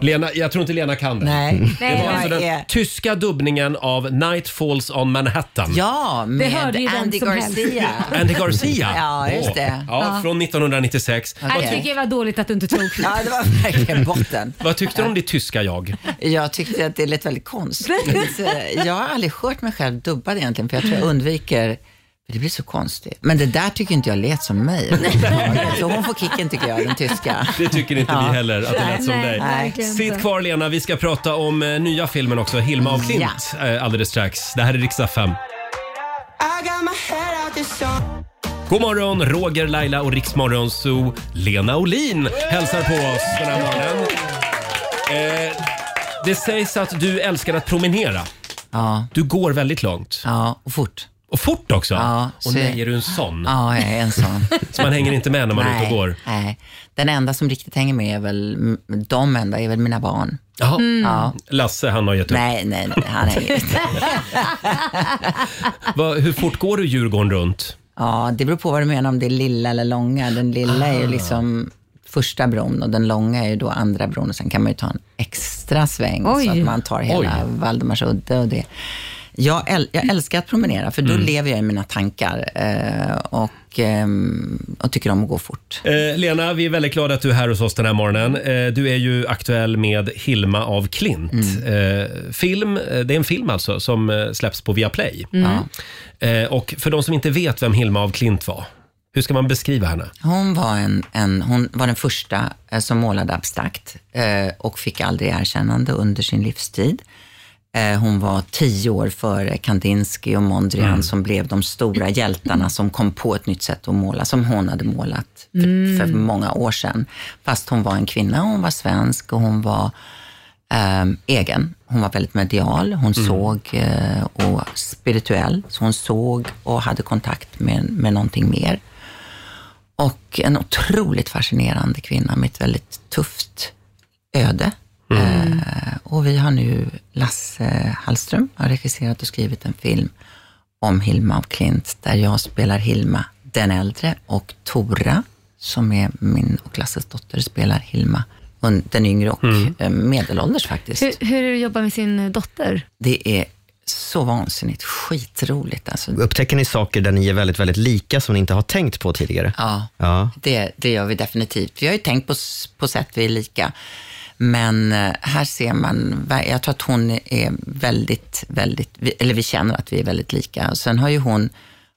Lena, jag tror inte Lena kan det. Nej, Det var jag alltså den är- tyska dubbningen av Night Falls on Manhattan. Ja, med hörde ju vem Andy som helst. Garcia. Andy Garcia. Ja, just det. Ja, Från 1996. Okej. Jag tycker det var dåligt att du inte tog. Ja, det var verkligen botten. Vad tyckte du om ditt tyska jag? Jag tyckte att det lät väldigt konstigt. Så Jag har aldrig hört mig själv dubbad egentligen, för jag tror jag undviker för det blir så konstigt. Men det där tycker inte jag lät som mig. Så hon får kicken tycker jag, den tyska. Det tycker inte Ja. ni heller att det lät som Nej, dig. verkligen inte. Sitt kvar Lena, vi ska prata om eh, nya filmen också, Hilma av Klint, eh, alldeles strax. Det här är riksdag 5. God morgon, Roger, Laila och Riksmorgon Zoo. Lena Olin hälsar på oss den här morgonen. Eh, det sägs att du älskar att promenera. Ja, Du går väldigt långt. ja, och fort. Och fort också. Ja, och så- nej, är du en sån? Ja, jag är en sån. Så man hänger inte med när man är ute och går. nej. Mm. Den enda som riktigt hänger med är väl, de enda är väl mina barn. Jaha. Ja. Lasse, han har gett upp. Nej, nej, nej, han hänger inte. Va, hur fort går du Djurgården runt? Ja, det beror på vad du menar om det är lilla eller långa. Den lilla Ah. är ju liksom första bron och den långa är ju då andra bron och sen kan man ju ta en extra sväng Oj. så att man tar hela Valdemarsudde och det. Jag, äl- jag älskar att promenera för då Mm. lever jag i mina tankar eh, och, ehm, och tycker om att gå fort. Eh, Lena, vi är väldigt glada att du är här hos oss den här morgonen. Eh, du är ju aktuell med Hilma av Klint. Eh, film, eh, det är en film alltså som eh, släpps på Viaplay. Eh, och för de som inte vet vem Hilma av Klint var, hur ska man beskriva henne? Hon var, en, en, hon var den första eh, som målade abstrakt eh, och fick aldrig erkännande under sin livstid. Eh, Hon var tio år före Kandinsky och Mondrian som blev de stora hjältarna som kom på ett nytt sätt att måla, som hon hade målat för, för många år sedan. Fast hon var en kvinna, hon var svensk och hon var ehm, egen. Hon var väldigt medial, hon såg eh, och spirituell. Så hon såg och hade kontakt med, med någonting mer. Och en otroligt fascinerande kvinna med ett väldigt tufft öde. Eh, och vi har nu, Lasse Hallström har regisserat och skrivit en film om Hilma af Klint, där jag spelar Hilma den äldre och Tora, som är min och Lasses dotter, spelar Hilma hon- den yngre och eh, medelålders faktiskt. Hur, hur är det att jobba med sin dotter? Det är så vansinnigt skitroligt alltså. Upptäcker ni saker där ni är väldigt, väldigt lika som ni inte har tänkt på tidigare? Ja. Ja. Det, det gör vi definitivt. Vi har ju tänkt på, s- på sätt vi är lika. Men eh, här ser man, ver- jag tror att hon är väldigt, väldigt, vi- eller vi känner att vi är väldigt lika. Och sen har ju hon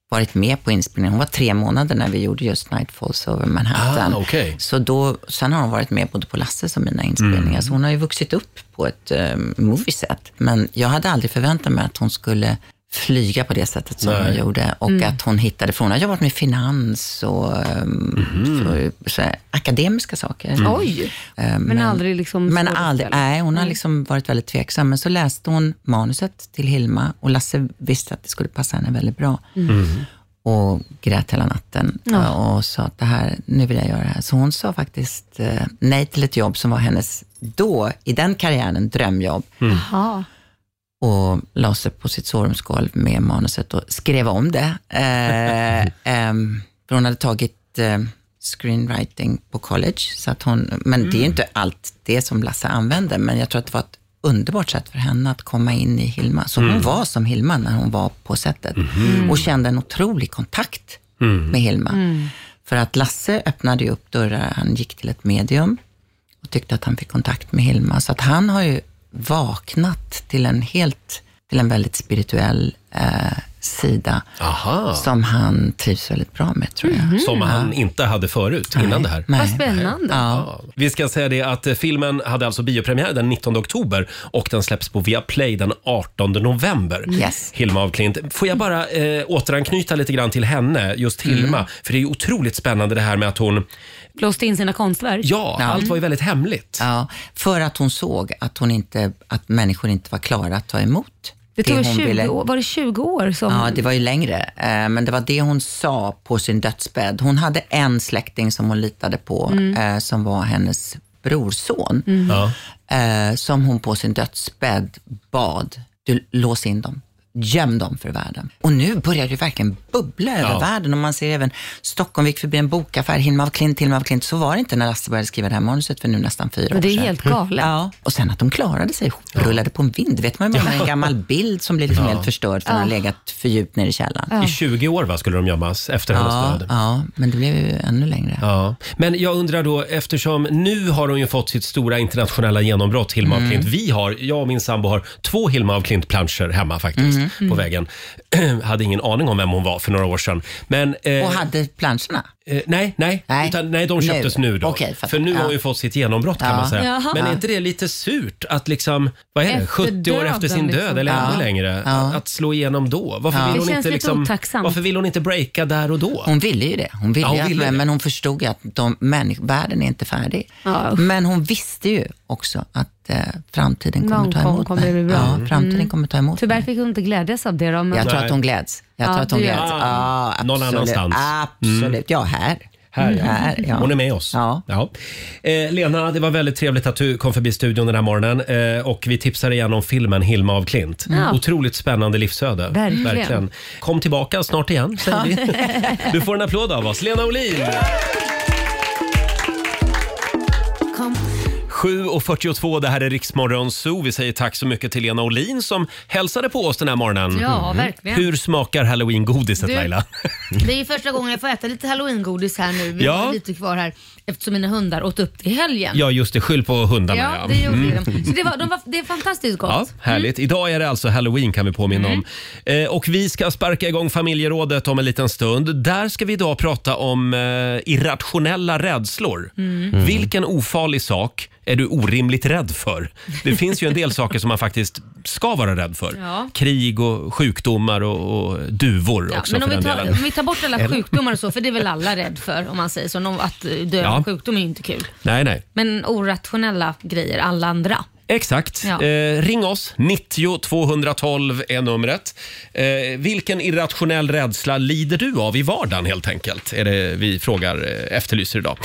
varit med på inspelningen. Hon var tre månader när vi gjorde just Night Falls Over Manhattan. Ah, okej. Så då, sen har hon varit med både på Lasses och mina inspelningar. Mm. Så hon har ju vuxit upp på ett um, movieset. Men jag hade aldrig förväntat mig att hon skulle flyga på det sättet som hon Nej. gjorde. Och Mm. att hon hittade, för hon har jobbat med finans och ehm, så, så här, akademiska saker. Mm. Oj. Eh, Men aldrig liksom Men skådespel. aldrig, nej, hon har Mm. liksom varit väldigt tveksam. Men så läste hon manuset till Hilma och Lasse visste att det skulle passa henne väldigt bra. Mm. Och grät hela natten Ja. eh, och sa att det här, nu vill jag göra det här. Så hon sa faktiskt eh, nej till ett jobb som var hennes, då, i den karriären, drömjobb. Jaha. Och la sig på sitt sovrumsgolv med manuset och skrev om det. Eh, ehm, för hon hade tagit eh, screenwriting på college, så att hon, men det är ju Mm. inte allt det som Lasse använde, men jag tror att det var ett underbart sätt för henne att komma in i Hilma. Så Mm. hon var som Hilma när hon var på sättet Mhm. och kände en otrolig kontakt Mm. med Hilma. För att Lasse öppnade ju upp dörrar, han gick till ett medium och tyckte att han fick kontakt med Hilma. Så att han har ju vaknat till en helt, till en väldigt spirituell eh, sida Aha. som han trivs väldigt bra med tror Mm. jag. Som han Ja. inte hade förut innan det här. Nej. Spännande. Ja. Vi ska säga det att eh, filmen hade alltså biopremiär den 19 oktober och den släpps på Viaplay den 18 november. Yes. Hilma af Klint. Får jag bara eh, återanknyta lite grann till henne, just Mm. Hilma, för det är ju otroligt spännande det här med att hon... Låste in sina konstverk. Ja, allt var ju väldigt hemligt. Ja, för att hon såg att, hon inte, att människor inte var klara att ta emot Det tog hon 20 ville- år, var det 20 år som... Ja, det var ju längre. Eh, Men det var det hon sa på sin dödsbädd. Hon hade en släkting som hon litade på, Mm. eh, som var hennes brorson. Mm. Ja. eh, Som hon på sin dödsbädd bad, du lås in dem. Göm dem för världen. Och nu börjar det verkligen bubbla Ja. över världen. Och man ser även Stockholm, vi gick förbi en bokaffär, Hilma af Klint, Hilma af Klint. Så var det inte när Lasse började skriva det här manuset för nu nästan fyra Men år det är sedan. helt galet. Ja. Och sen att de klarade sig ihop, rullade på en vind. Vet man hur många en gammal bild som blir liksom Ja. helt förstörd för Ja. att den har legat för djupt nere i källaren. I 20 år va, skulle de gömmas efter hennes Ja, död. ja, men det blev ju ännu längre. Ja. Men jag undrar då, eftersom nu har hon ju fått sitt stora internationella genombrott, Hilma af Mm. Klint. Vi har, jag och min sambo har två Hilma af Klint-planscher hemma faktiskt, Mm. på Mm. väggen. hade ingen aning om vem hon var för några år sedan. Men, eh, Och hade planscherna? eh, nej, nej. Nej. Utan, nej, de Nu. köptes nu, då. Okej, fattar. för nu har Ja. hon ju fått sitt genombrott kan Ja. man säga. Jaha. Men är Ja. inte det lite surt att liksom, vad är det, Efter 70 år efter sin döden, död liksom. eller ännu Ja. längre, Ja. Att, att slå igenom då? Varför, Ja. Det vill hon känns inte lite liksom, otacksamt. varför vill hon inte breaka där och då? Hon ville ju det. Hon ville Ja, ju hon att- ville det. men hon förstod ju att de, människ- världen är inte färdig. Men hon visste ju också att eh, framtiden kommer Någon ta gång emot kommer det bli mig. bra. Ja, framtiden Mm. kommer ta emot Tyvärr fick hon inte glädjas av det då. Men... Jag tror att hon gläds. Jag Ja, tror att hon du gör gläds. det. Ja, absolut. Ah, Någon annanstans. Absolut. Mm. Ja, här. Här, ja. här ja. Hon är med oss. Ja. Eh, Lena, det var väldigt trevligt att du kom förbi studion den här morgonen. Eh, och vi tipsar igen om filmen Hilma av Klint. Ja. Otroligt spännande livsöde. Verkligen. Kom tillbaka snart igen, säger vi. Du får en applåd av oss. Lena Olin! 7.42, det här är Riksmorgon Zoo. Vi säger tack så mycket till Lena Olin som hälsade på oss den här morgonen. Ja, verkligen. Hur smakar halloween-godiset Du- Laila? Det är ju första gången jag får äta lite halloweengodis här nu. Vi Ja. har lite kvar här eftersom mina hundar åt upp det i helgen. Ja, just det. Skyll på hundarna. Ja, det gjorde Mm. de. Så det, var, de var, det är fantastiskt gott. Mm. Ja, härligt. Idag är det alltså halloween kan vi påminna om. Eh, och vi ska sparka igång familjerådet om en liten stund. Där ska vi idag prata om eh, irrationella rädslor. Mm. Mm. Vilken ofarlig sak är du orimligt rädd för? Det finns ju en del saker som man faktiskt ska vara rädd för. Ja. Krig och sjukdomar och, och duvor Ja, också men om för vi, den tar, delen. om vi tar bort alla Eller- sjukdomar och så, för det är väl alla rädd för om man säger så. Någon, att dö Ja. av sjukdom är ju inte kul. Nej, nej. Men orationella grejer, alla andra. Exakt. Ja. Eh, ring oss. 90 212 är numret. Eh, vilken irrationell rädsla lider du av i vardagen helt enkelt? Är det vi frågar eh, efterlyser idag.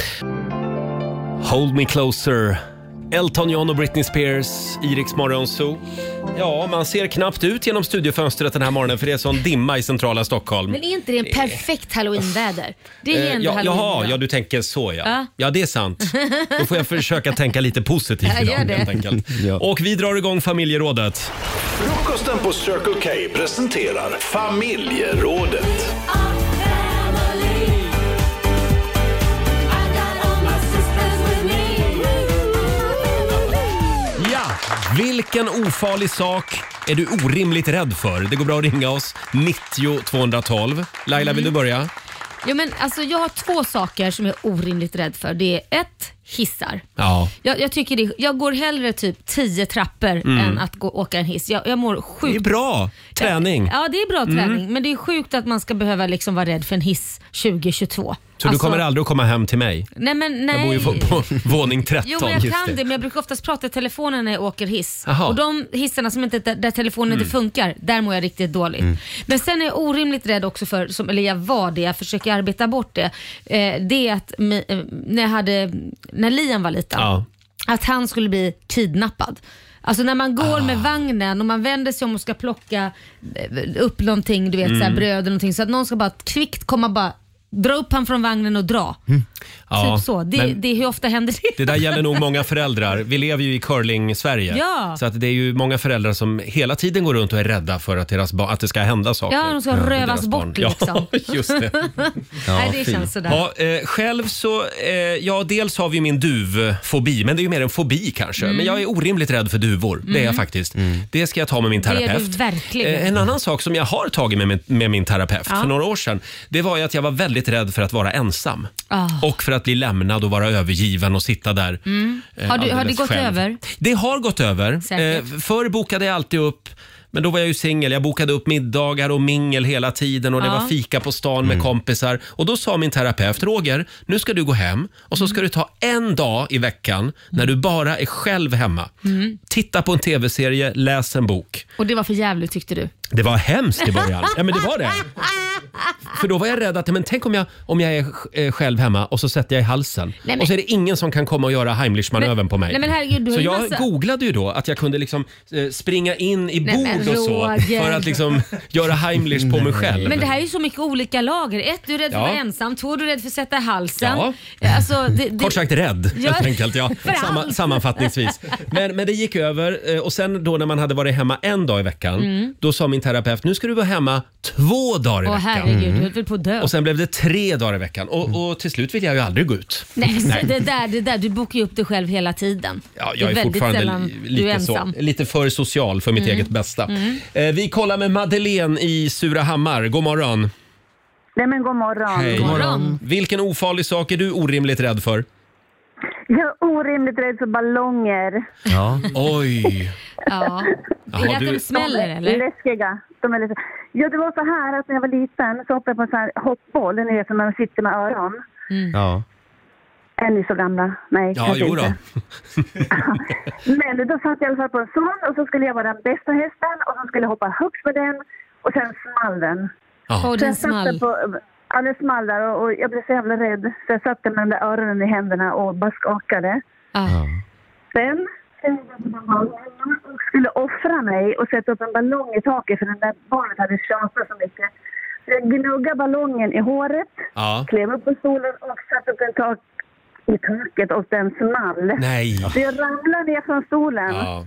Hold me closer. Elton John och Britney Spears, Iriks morgonzoo. Ja, man ser knappt ut genom studiofönstret den här morgonen för det är sån dimma i centrala Stockholm. Men är inte det en perfekt halloweenväder? Det är ju Eh, ändå ja, halloween. jaha, idag. ja du tänker så ja. Ja. ja. det är sant. Då får jag försöka tänka lite positivt Ja, idag gör det. helt enkelt. Och vi drar igång familjerådet. Frukosten på Circle K presenterar familjerådet. Vilken ofarlig sak är du orimligt rädd för? Det går bra att ringa oss. 90 212. Laila, vill du börja? Jo, men alltså, jag har två saker som jag är orimligt rädd för. Det är ett, hissar. Ja. Jag, jag, tycker det, jag går hellre typ tio trappor Mm. än att gå, åka en hiss. Jag, jag mår sjukt... Det är bra träning. Ja, det är bra träning. Mm. Men det är sjukt att man ska behöva liksom vara rädd för en hiss 2022. Så du Alltså- kommer aldrig att komma hem till mig? Nej, men nej. Jag bor ju på, på våning 13. Jo, men jag kan det. men jag brukar oftast prata i telefonen när jag åker hiss. Jaha. Och de hissarna som inte, där, där telefonen Mm. inte funkar, där mår jag riktigt dåligt. Mm. Men sen är jag orimligt rädd också för, som, eller jag var det, jag försöker arbeta bort det. Eh, det är att mi, eh, när, jag hade, när Liam var liten, Ja. att han skulle bli kidnappad. Alltså när man går Ah. med vagnen och man vänder sig om och ska plocka eh, upp någonting, du vet Mm. så här, bröd eller någonting, så att någon ska bara kvickt komma och bara dra upp han från vagnen och dra. Mm. Ja, Typ så. Det, men- det, hur ofta händer det? Det där gäller nog många föräldrar. Vi lever ju i curling-Sverige. Ja. Så att det är ju många föräldrar som hela tiden går runt och är rädda för att, deras ba- att det ska hända saker. Ja, de ska med rövas deras barn. bort liksom. Ja, just det. Nej, det känns sådär. Ja, eh, själv så, eh, ja dels har vi min duvfobi, men det är ju mer en fobi kanske. Mm. Men jag är orimligt rädd för duvor, det är jag Mm. faktiskt. Det ska jag ta med min Det är du terapeut. verkligen. Eh, en annan sak som jag har tagit med min, med min terapeut Ja. för några år sedan, det var ju att jag var väldigt rädd för att vara ensam. Ah. Och för att bli lämnad och vara övergiven och sitta där Mm. eh, Har, du, har det alldeles gått själv. över? Det har gått över. Säkert. Eh, förr bokade jag alltid upp men då var jag ju singel. Jag bokade upp middagar och mingel hela tiden och det Ja. var fika på stan med kompisar. Och då sa min terapeut, Roger, nu ska du gå hem och så ska Mm. du ta en dag i veckan när du bara är själv hemma. Mm. Titta på en tv-serie, läs en bok. Och det var för jävligt tyckte du? Det var hemskt i början. Ja, men det var det. För då var jag rädd att, men tänk om jag, om jag är eh, själv hemma och så sätter jag i halsen. men- Och så är det ingen som kan komma och göra Heimlich-manövern Men- på mig. nej, men herregud, du har så ju jag massa- googlade ju då att jag kunde liksom eh, springa in i Nej, bord men och så Roger. för att liksom göra Heimlich på mig själv. Men det här är ju så mycket olika lager. Ett, du är rädd för att Ja. vara ensam. Två, du är rädd för att sätta i halsen. Ja. Alltså, det, det... Kort sagt rädd Ja, helt enkelt. Ja. för allt. Samma, sammanfattningsvis. Men, men det gick över eh, och sen då när man hade varit hemma en dag i veckan Mm. då sa min terapeut nu ska du vara hemma två dagar i Åh veckan. herregud, du höll väl på att dö? Mm. Och sen blev det tre dagar i veckan Mm. och, och till slut vill jag ju aldrig gå ut. Nej, så Det, där, det där, du bokar ju upp dig själv hela tiden. Ja, Det jag är väldigt fortfarande sällan li- du är lite, så, ensam. lite för social för mitt Mm. eget bästa. Mm. Eh, vi kollar med Madeleine i Surahammar. God morgon. Nej men god morgon. Hej. Vilken ofarlig sak är du orimligt rädd för? Jag är orimligt rädd för ballonger. Ja. Oj. Ja. Jaha, du- De är läskiga. De är läskiga. Ja, det var så här att när jag var liten så hoppade jag på en sån här hoppboll, ni vet när man sitter med öron. Mm. Ja. Är ni så gamla? Nej, Ja, kanske jo då. inte. Men då satt jag i alla fall på en sån och så skulle jag vara den bästa hästen och så skulle jag hoppa högst med den och sen small den. Ja. Och Så den jag satt small. där På, ja, den small där och, och jag blev så jävla rädd så jag satt där med de där öronen i händerna och bara skakade. Sen sen var det bara ballonger och skulle offra mig och sätta upp en ballong i taket för den där barnet hade tjatat så mycket. Så jag gnuggade ballongen i håret, Ja. klev upp på stolen och satte upp den tak i taket och den small. Nej. Så jag ramlade ner från stolen Ja.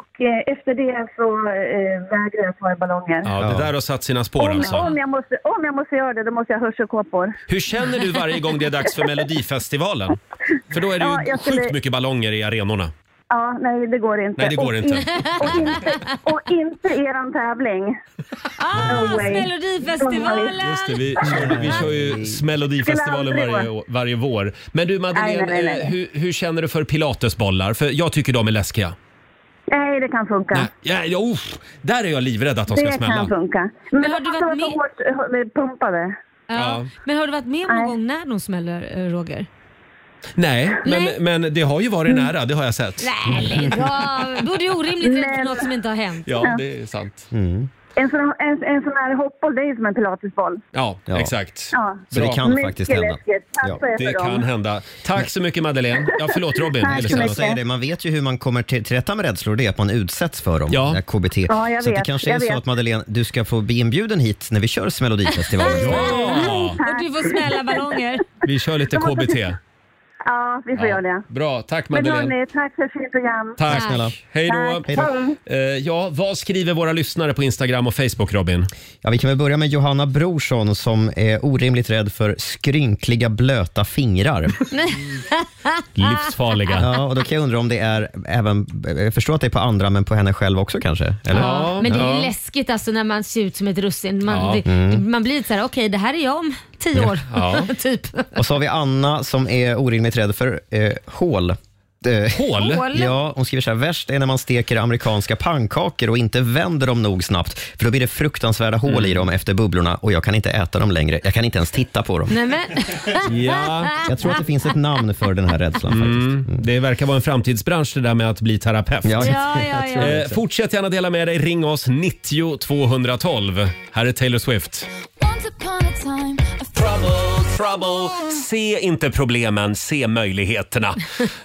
och eh, efter det så eh, vägrade jag att ta i ballonger. Ja, det där har satt sina spår om, alltså. om, jag måste, om jag måste göra det, då måste jag ha hörselkåpor. Hur känner du varje gång det är dags för Melodifestivalen? För då är det ju Ja, jag skulle- sjukt mycket ballonger i arenorna. Ja, nej det går inte. Nej, det går och inte. In, och inte. Och inte eran tävling. Ah, No way. Melodifestivalen! Just det, vi, vi kör ju Melodifestivalen varje, å- varje vår. Men du Madeleine, Nej, nej, nej, nej. eh, Hur, hur känner du för pilatesbollar? För jag tycker de är läskiga. Nej, det kan funka. Ja, ja, uff, där är jag livrädd att de ska det smälla. kan funka. Men, Men har de du måste varit vara så hårt eh, pumpade. Ja. Men har du varit med om någon gång när de smäller, eh, Roger? Nej, men, men det har ju varit Mm. nära, det har jag sett. Nej, lägg av. Då är du orimligt rädd för Men- något som inte har hänt. Ja, det är sant. En sån, en, en sån här hoppboll, det är ju som en pilatesboll. Ja, exakt. Ja. Så det kan Mycket faktiskt hända. läskigt. Passa er för Det dem. kan hända. Tack så mycket Madeleine. Ja, förlåt Robin. Tack så Eller Jag så. säger det, man vet ju hur man kommer till, till rätta med rädslor, det är att man utsätts för dem. det här KBT. Ja, jag så att det vet, kanske är jag så vet. att Madeleine, du ska få bli inbjuden hit när vi kör Melodifestivalen. Och du får smälla ballonger. Vi kör lite De har KBT. precis- Ja, vi får göra det. Bra, tack Men Madeleine. hörni, tack för fint program. Tack. snälla. Hej då. Tack. Hej då. Eh, ja, vad skriver våra lyssnare på Instagram och Facebook, Robin? Ja, vi kan väl börja med Johanna Brorsson som är orimligt rädd för skrynkliga blöta fingrar. Ah. Livsfarliga. Ja, och då kan jag undra om det är även, jag förstår att det är på andra men på henne själv också kanske? Eller? Ja, men det är ju läskigt alltså när man ser ut som ett russin. Man, Ja. det, Mm. man blir lite såhär, okej det här är jag om tio år. Ja. typ. Och så har vi Anna som är orimligt rädd för eh, hål. Eh, Hål? Hål? Ja, hon skriver så här, värst är när man steker amerikanska pannkakor och inte vänder dem nog snabbt, för då blir det fruktansvärda hål i dem efter bubblorna och jag kan inte äta dem längre. Jag kan inte ens titta på dem. Nej, men. Jag tror att det finns ett namn för den här rädslan faktiskt. Det verkar vara en framtidsbransch det där med att bli terapeut. Ja, Ja, ja, ja. Eh, fortsätt gärna dela med dig. Ring oss 90 212. Här är Taylor Swift. Se inte problemen, se möjligheterna.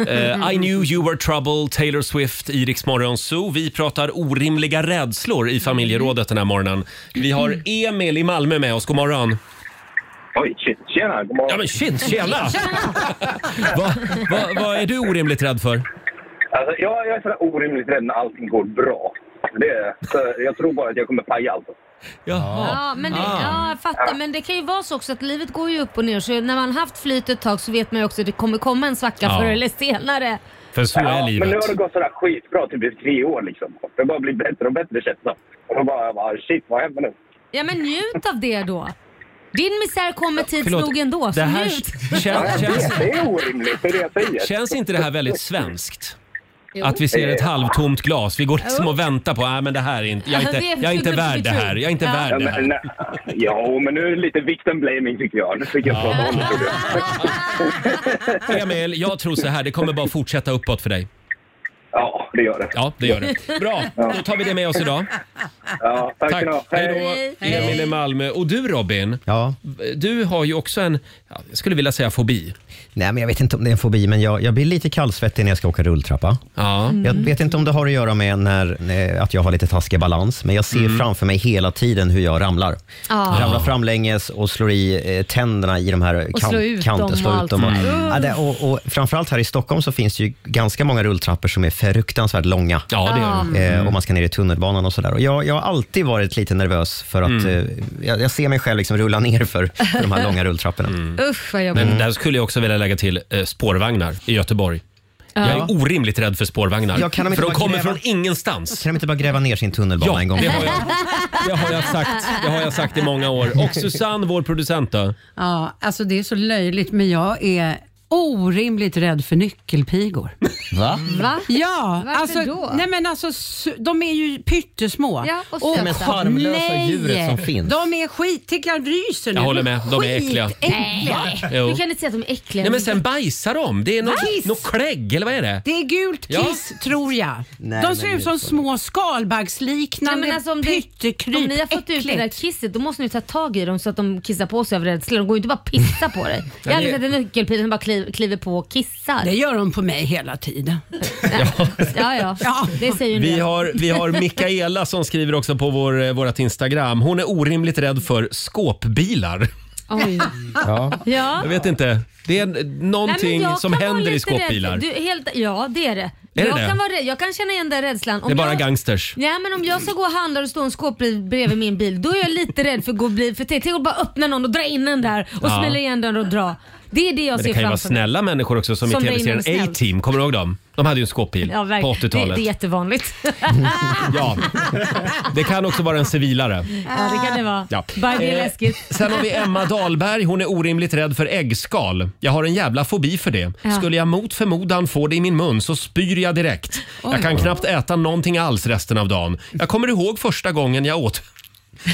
Eh, I knew you were trouble, Taylor Swift, i Rix Morgon Zoo. Vi pratar orimliga rädslor i familjerådet den här morgonen. Vi har Emil i Malmö med oss. God morgon. Oj, shit, tjena. God morgon. Ja, men shit, tjena! Vad vad- vad är du orimligt rädd för? Alltså, jag, jag är sådär orimligt rädd när allting går bra. Det, är- så jag tror bara att jag kommer paja allt. Jaha. Ja, men det, ja, jag fattar. Men det kan ju vara så också att livet går ju upp och ner. Så när man haft flyt ett tag så vet man ju också att det kommer komma en svacka Ja. förr eller senare. För så är Men livet. nu har det gått sådär skitbra typ i tre år liksom. Det bara blir bättre och bättre känns det som. Och då bara, jag bara, shit, vad händer nu? Ja, men njut av det då. Din misär kommer tids Förlåt, nog ändå, så det här njut. kän- kän- känns- Det är orimligt, det är det jag säger. Känns inte det här väldigt svenskt? Jo. Att vi ser ett Eh. halvtomt glas. Vi går liksom Jo. och väntar på, nej men det här är inte, jag är inte, Det är jag är inte sugar värd det här. Jag är inte Ja. värd det Ja, men, här. nej. Jo, men nu är det lite victim blaming tycker jag. Nu fick jag prata om det. trodde jag. Emil, jag tror så här, det kommer bara fortsätta uppåt för dig. Ja, det gör det. Ja, det gör det. Bra, då tar vi det med oss idag. Ja, tack, Tack. ska ni ha. Hej då, Emil i Malmö. Och du Robin, ja. du har ju också en, ja, jag skulle vilja säga fobi. Nej, men jag vet inte om det är en fobi, men jag, jag blir lite kallsvettig när jag ska åka rulltrappa. Ja. Jag Mm. vet inte om det har att göra med när, eh, att jag har lite taskig balans, men jag ser framför mig hela tiden hur jag ramlar. Mm. Ah. Ramlar framlänges och slår i eh, tänderna i de här Och slår ut kanter. dem och Slår ut dem och, allt. Mm. ja, det, och, och framförallt här i Stockholm så finns det ju ganska många rulltrappor som är fruktansvärt långa. Ja, det gör Mm. det. Eh, och man ska ner i tunnelbanan och sådär. Och jag, jag har alltid varit lite nervös för att Mm. eh, jag, jag ser mig själv liksom rulla ner för, för de här långa rulltrapporna. Usch vad jobbigt. Men där skulle jag också vilja lägga till eh, spårvagnar i Göteborg. Ja. Jag är orimligt rädd för spårvagnar. Ja, kan de inte för de bara kommer gräva- från ingenstans. Kan de inte typ bara gräva ner sin tunnelbana Ja, en gång det till? har jag. Det har jag sagt. Det har jag sagt i många år. Och Susanne, vår producent då? Ja, alltså det är så löjligt men jag är orimligt rädd för nyckelpigor. Va? Va? Ja, Varför alltså, då? Nej men alltså, su- de är ju pyttesmå. Ja, och söta. De är harmlösa djuret som finns. De är skitiga, jag ryser nu. Jag håller med. De är äckliga. Nej, Va? Jo. du kan inte säga att de är äckliga. Nej men sen bajsar de. Det är Bajs? något klägg eller vad är det? Det är gult Ja. kiss tror jag. Nej, de men ser det är ut som små Nej, skalbaggsliknande men alltså, om, det, pyttekryp. om ni har fått ut det där Äckligt. kisset då måste ni ta tag i dem så att de kissar på sig av rädsla. De går ju inte bara att pissa på dig. Jag har aldrig det- sett en nyckelpiga som bara kliv, kliver på och kissar. Det gör de på mig hela tiden. Ja, ja. Det säger ju Vi ni. har, vi har Mikaela som skriver också på vår, eh, vårat Instagram. Hon är orimligt rädd för skåpbilar. Oj. Ja. Ja. Jag vet inte. Det är n- någonting Nej, men jag som kan vara händer i lite rädd. skåpbilar. Du, helt, ja, det är det. det jag, det? Kan vara rädd. jag kan känna igen den rädslan. Om Det är bara jag, gangsters. Nej men om jag ska gå och handla och det står en skåpbil bredvid min bil, då är jag lite rädd för att gå och bli... För tänk tänk att bara öppna någon och dra in den där och Ja. smälla igen den och dra. Det är det jag Men ser det kan ju vara framför mig. snälla människor också som, Som i Rain Man tv-serien Snäll. A-Team. Kommer du ihåg dem? De hade ju en skåpbil Ja, på verkligen. det, det är 80-talet. jättevanligt. Ja. Det kan också vara en civilare. ja, det kan det vara. Ja. Bara det är Eh, läskigt. Sen har vi Emma Dahlberg. Hon är orimligt rädd för äggskal. Jag har en jävla fobi för det. Ja. Skulle jag mot förmodan få det i min mun så spyr jag direkt. Jag kan Oj. knappt äta någonting alls resten av dagen. Jag kommer ihåg första gången jag åt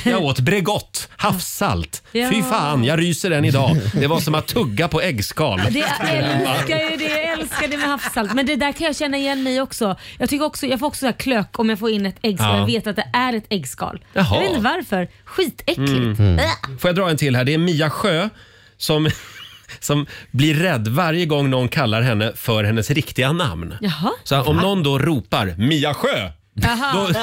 jag åt Bregott, havssalt. Ja. Fy fan, jag ryser än idag. Det var som att tugga på äggskal. Det, jag Emma. älskar ju det, jag älskar det med havssalt. Men det där kan jag känna igen mig också. Jag, tycker också, jag får också så här klök om jag får in ett äggskal. Ja. Jag vet att det är ett äggskal. Jaha. Jag vet inte varför. Skitäckligt. Mm. Äh. Får jag dra en till här? Det är Mia Sjö som, som blir rädd varje gång någon kallar henne för hennes riktiga namn. Jaha. Så om någon då ropar Mia Sjö Jaha. Då,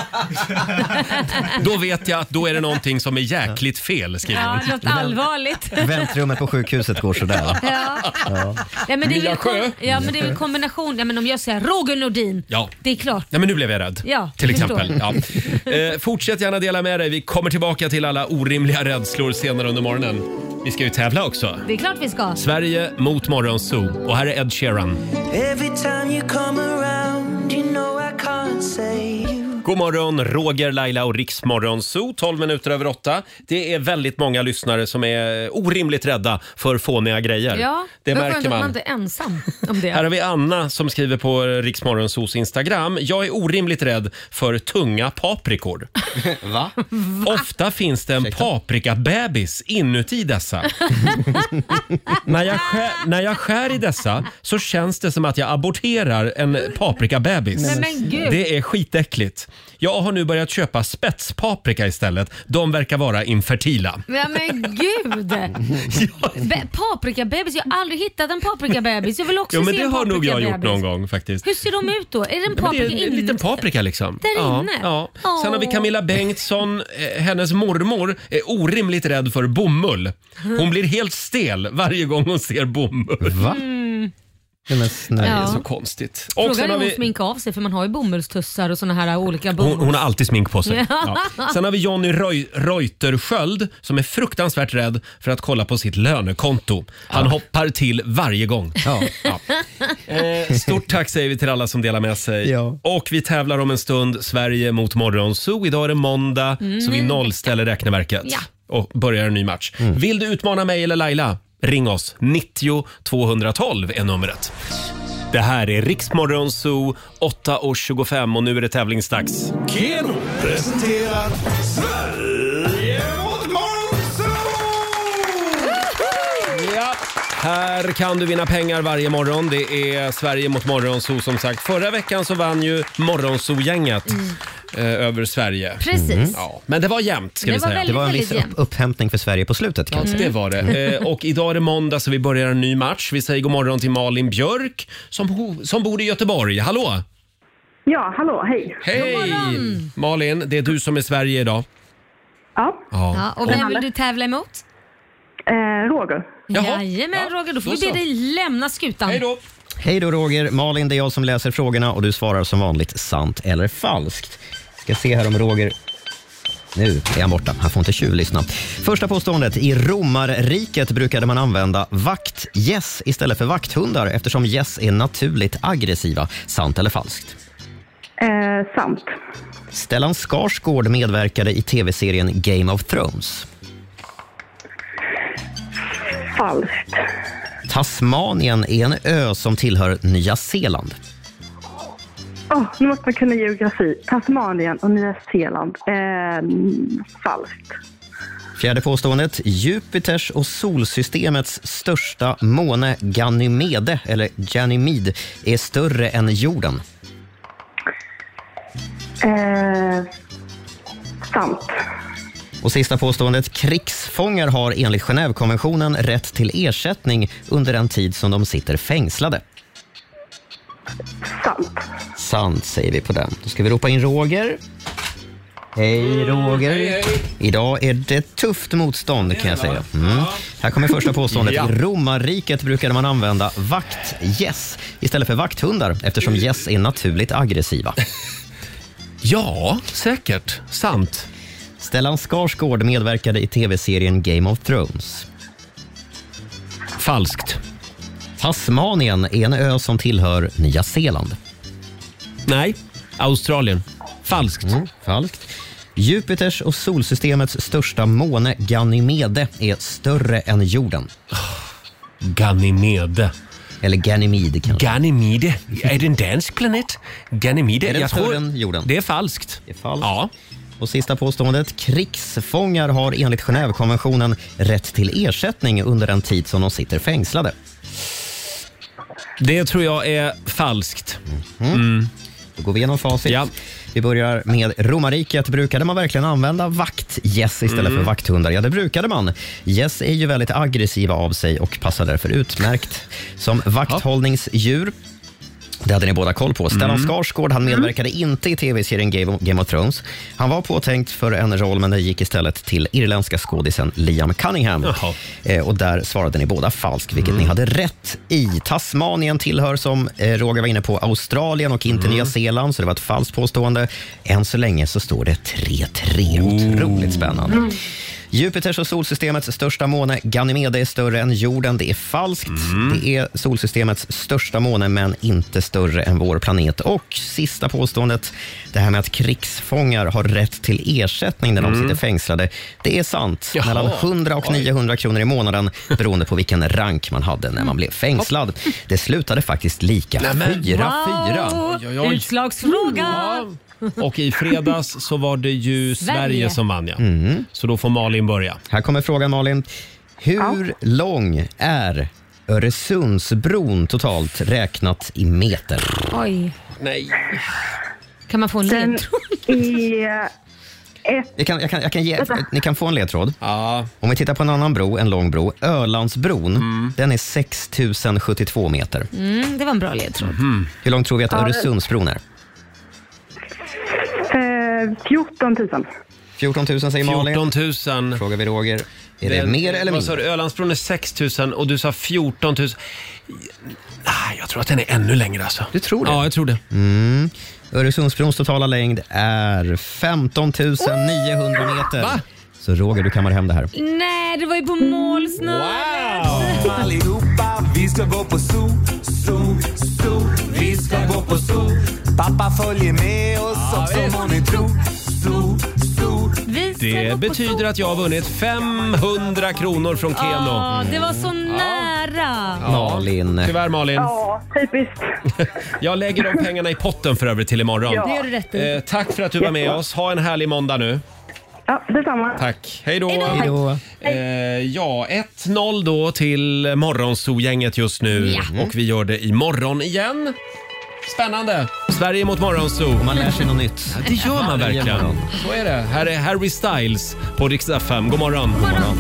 då vet jag att då är det någonting som är jäkligt fel, skriver hon. Ja, något allvarligt. Väntrummet på sjukhuset går sådär. Ja. Ja. Ja, men det är Lilla väl sjö. kom- ja, men det är väl kombination. Ja, men om jag säger Roger Nordin, Ja. det är klart. Nej, men nu blev jag rädd. Ja, till jag exempel. Ja. förstår. Eh, fortsätt gärna dela med dig. Vi kommer tillbaka till alla orimliga rädslor senare under morgonen. Vi ska ju tävla också. Det är klart vi ska. Sverige mot Morgonzoo. Och här är Ed Sheeran. Every time you come around, you know I can't say you. God morgon, Roger, Laila och Riksmorgonzoo. 12 minuter över åtta. Det är väldigt många lyssnare som är orimligt rädda för fåniga grejer. Ja, det var skönt märker att man man. inte är ensam om Här har det. vi Anna som skriver på Riksmorgonsos Instagram. Jag är orimligt rädd för tunga paprikor. Va? Ofta finns det en paprikabebis inuti dessa. när, jag skär, när jag skär i dessa så känns det som att jag aborterar en paprikabebis. Nej, men gud. Det är skitäckligt. Jag har nu börjat köpa spetspaprika istället. De verkar vara infertila. Ja, men gud! Be- paprikabebis, jag har aldrig hittat en paprikabebis. Jag vill också Jo, men se det en har nog jag gjort paprikabebis. någon gång faktiskt. Hur ser de ut då? Är det en Ja, men paprika det är en, en in- liten paprika liksom. Där ja, inne? Ja. Sen har vi Åh. Camilla Bengtsson. Eh, Hennes mormor är orimligt rädd för bomull. Hon blir helt stel varje gång hon ser bomull. Va? Mm. Men Det är Ja. så konstigt. Och Frågan sen är har om hon vi, sminkar av sig för man har ju bomullstussar och såna här olika hon, bomulls... hon har alltid smink på sig. Ja. Ja. Sen har vi Jonny Roy, Reuterskiöld som är fruktansvärt rädd för att kolla på sitt lönekonto. Han hoppar till varje gång. Ja. Eh, Stort tack säger vi till alla som delar med sig. Och vi tävlar om en stund Sverige mot Morgonzoo. Idag är det måndag Mm. så vi nollställer räkneverket Ja. och börjar en ny match. Vill du utmana mig eller Laila? Ring oss. 90 212 är numret. Det här är Riksmorgonzoo 8.25 och nu är det tävlingsdags. Keno presenterar Sverige mot Morgonzoo! Ja. Här kan du vinna pengar varje morgon. Det är Sverige mot Morgonzoo som sagt. Förra veckan så vann ju Morgonzoo-gänget Mm. eh, över Sverige. Precis. Mm. Ja, men det var jämnt ska Det vi var säga. väldigt, Det var en väldigt viss upp, jämnt. upphämtning för Sverige på slutet. Ja, Kan jag det säga. var det. Eh, och idag är det måndag så vi börjar en ny match. Vi säger god morgon till Malin Björk som, ho- som bor i Göteborg. Hallå! Ja, hallå, hej. Hej! Malin, det är du som är Sverige idag. Ja. Ja, och vem vill du tävla emot? Eh, Roger. Jajamän Roger, då får då vi be så. dig lämna skutan. Hej då. Hej då Roger. Malin, det är jag som läser frågorna och du svarar som vanligt sant eller falskt. Ska se här om Roger... Nu är han borta. Han får inte tjuvlyssna. Första påståendet. I romarriket brukade man använda vaktgäss istället för vakthundar eftersom gäss är naturligt aggressiva. Sant eller falskt? Eh, sant. Stellan Skarsgård medverkade i tv-serien Game of Thrones. Falskt. Tasmanien är en ö som tillhör Nya Zeeland. Åh, nu måste man kunna geografi. Tasmanien och Nya Zeeland. Eh, falskt. Fjärde påståendet. Jupiters och solsystemets största måne Ganymede, eller Ganymede, är större än jorden. Eh, sant. Och sista påståendet. Krigsfångar har enligt Genèvekonventionen rätt till ersättning under den tid som de sitter fängslade. Sant. Sant säger vi på den. Då ska vi ropa in Roger. Hej Roger. Idag är det tufft motstånd kan jag säga. Mm. Här kommer första påståendet. Ja. I romarriket brukade man använda vaktgäss istället för vakthundar eftersom gäss är naturligt aggressiva. Ja, säkert. Sant. Stellan Skarsgård medverkade i tv-serien Game of Thrones. Falskt. Tasmanien är en ö som tillhör Nya Zeeland. Nej, Australien. Falskt. Mm. falskt. Jupiters och solsystemets största måne Ganymede är större än jorden. Ganymede. Eller Ganymede kanske. Ganymede. Är det en dansk planet? Ganymede. Är den Jag tror- större än jorden? Det är falskt. Det är falskt. Ja. Och sista påståendet. Krigsfångar har enligt Genèvekonventionen rätt till ersättning under den tid som de sitter fängslade. Det tror jag är falskt. Då går vi igenom facit. Vi börjar med romarriket. Brukade man verkligen använda vaktgäss istället Mm. för vakthundar? Ja, det brukade man. Gäss är ju väldigt aggressiva av sig och passar därför utmärkt som vakthållningsdjur. Det hade ni båda koll på. Stellan Mm. Skarsgård han medverkade inte i tv-serien Game of, Game of Thrones. Han var påtänkt för en roll, men det gick istället till irländska skådisen Liam Cunningham. Eh, och där svarade ni båda falskt, vilket Mm. ni hade rätt i. Tasmanien tillhör, som eh, Roger var inne på, Australien och Mm. inte Nya Zeeland, så det var ett falskt påstående. Än så länge så står det 3-3. Mm. Otroligt spännande. Jupiters och solsystemets största måne Ganymede är större än jorden. Det är falskt. Mm. Det är solsystemets största måne, men inte större än vår planet. Och sista påståendet, det här med att krigsfångar har rätt till ersättning när de Mm. sitter fängslade. Det är sant. Jaha. Mellan 100 och Oj. 900 kronor i månaden beroende på vilken rank man hade när man Mm. blev fängslad. Det slutade faktiskt lika. 4-4. Utslagsfråga! Och i fredags så var det ju Sverige, Sverige som vann ja. Mm. Så då får Malin börja. Här kommer frågan Malin. Hur lång är Öresundsbron totalt räknat i meter? Oj. Nej. Kan man få en ledtråd? Jag kan, jag kan, jag kan ge, Vänta. ni kan få en ledtråd. Om vi tittar på en annan bro, en lång bro, Ölandsbron, Mm. den är 6 072 meter. Mm, det var en bra ledtråd. Mhm. Hur lång tror vi att Ja, det- Öresundsbron är? Eh, 14 000. 14 000 säger Malin. 14 000. Frågar vi Roger. Är det mer eller Vad sa du? Ölandsbron är 6 000 och du sa 14 000. Nej, jag tror att den är ännu längre alltså. Du tror det? Ja, jag tror det. Mm. Öresundsbrons totala längd är 15 900 meter. Va? Så Roger, du kammar hem det här. Nej, det var ju på målsnöret. Kom allihopa, vi ska gå på zoo, zoo, zoo. Vi ska gå på zoo. Pappa följer med oss också må ni tro. Zoo, zoo. Det Mm. betyder att jag har vunnit 500 kronor från Keno. Ah. Ja, det var Mm. så nära. Malin. Tyvärr Malin. Ja, typiskt. Jag lägger de pengarna i potten för övrigt till imorgon. Ja. Det gör du rätt i. Eh, tack för att du var med oss. Ha en härlig måndag nu. Ja, detsamma. Tack. Hej då. Hej då. Eh, ja, 1-0 då till Morgonzoo-gänget just nu. Mm. Ja. Och vi gör det imorgon igen. Spännande! Sverige mot Morgonzoo. Man lär sig något nytt. Det gör man verkligen. Så är det. Här är Harry Styles på Rix FM. God morgon. God morgon.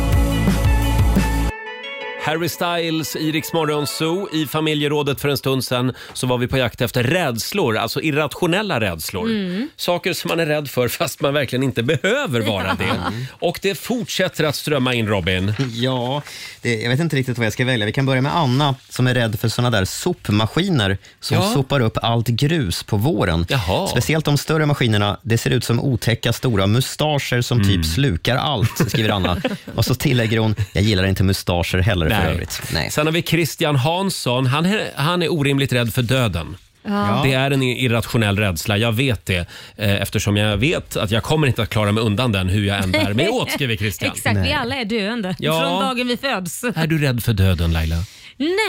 Harry Styles i Rix Morgon Zoo. I familjerådet för en stund sedan så var vi på jakt efter rädslor, alltså irrationella rädslor. Mm. Saker som man är rädd för fast man verkligen inte behöver vara det. Och det fortsätter att strömma in Robin. Ja, det, jag vet inte riktigt vad jag ska välja. Vi kan börja med Anna som är rädd för såna där sopmaskiner som Ja. sopar upp allt grus på våren. Speciellt de större maskinerna. Det ser ut som otäcka stora mustascher som Mm. typ slukar allt, skriver Anna. Och så tillägger hon, jag gillar inte mustascher heller för Nej. övrigt. Nej. Sen har vi Christian Hansson. Han är, han är orimligt rädd för döden. Ja. Det är en irrationell rädsla, jag vet det. eh, Eftersom jag vet att jag kommer inte att klara mig undan den hur jag än bär mig åt, skriver Christian. Exakt, vi alla är döende Ja. från dagen vi föds. Är du rädd för döden Laila?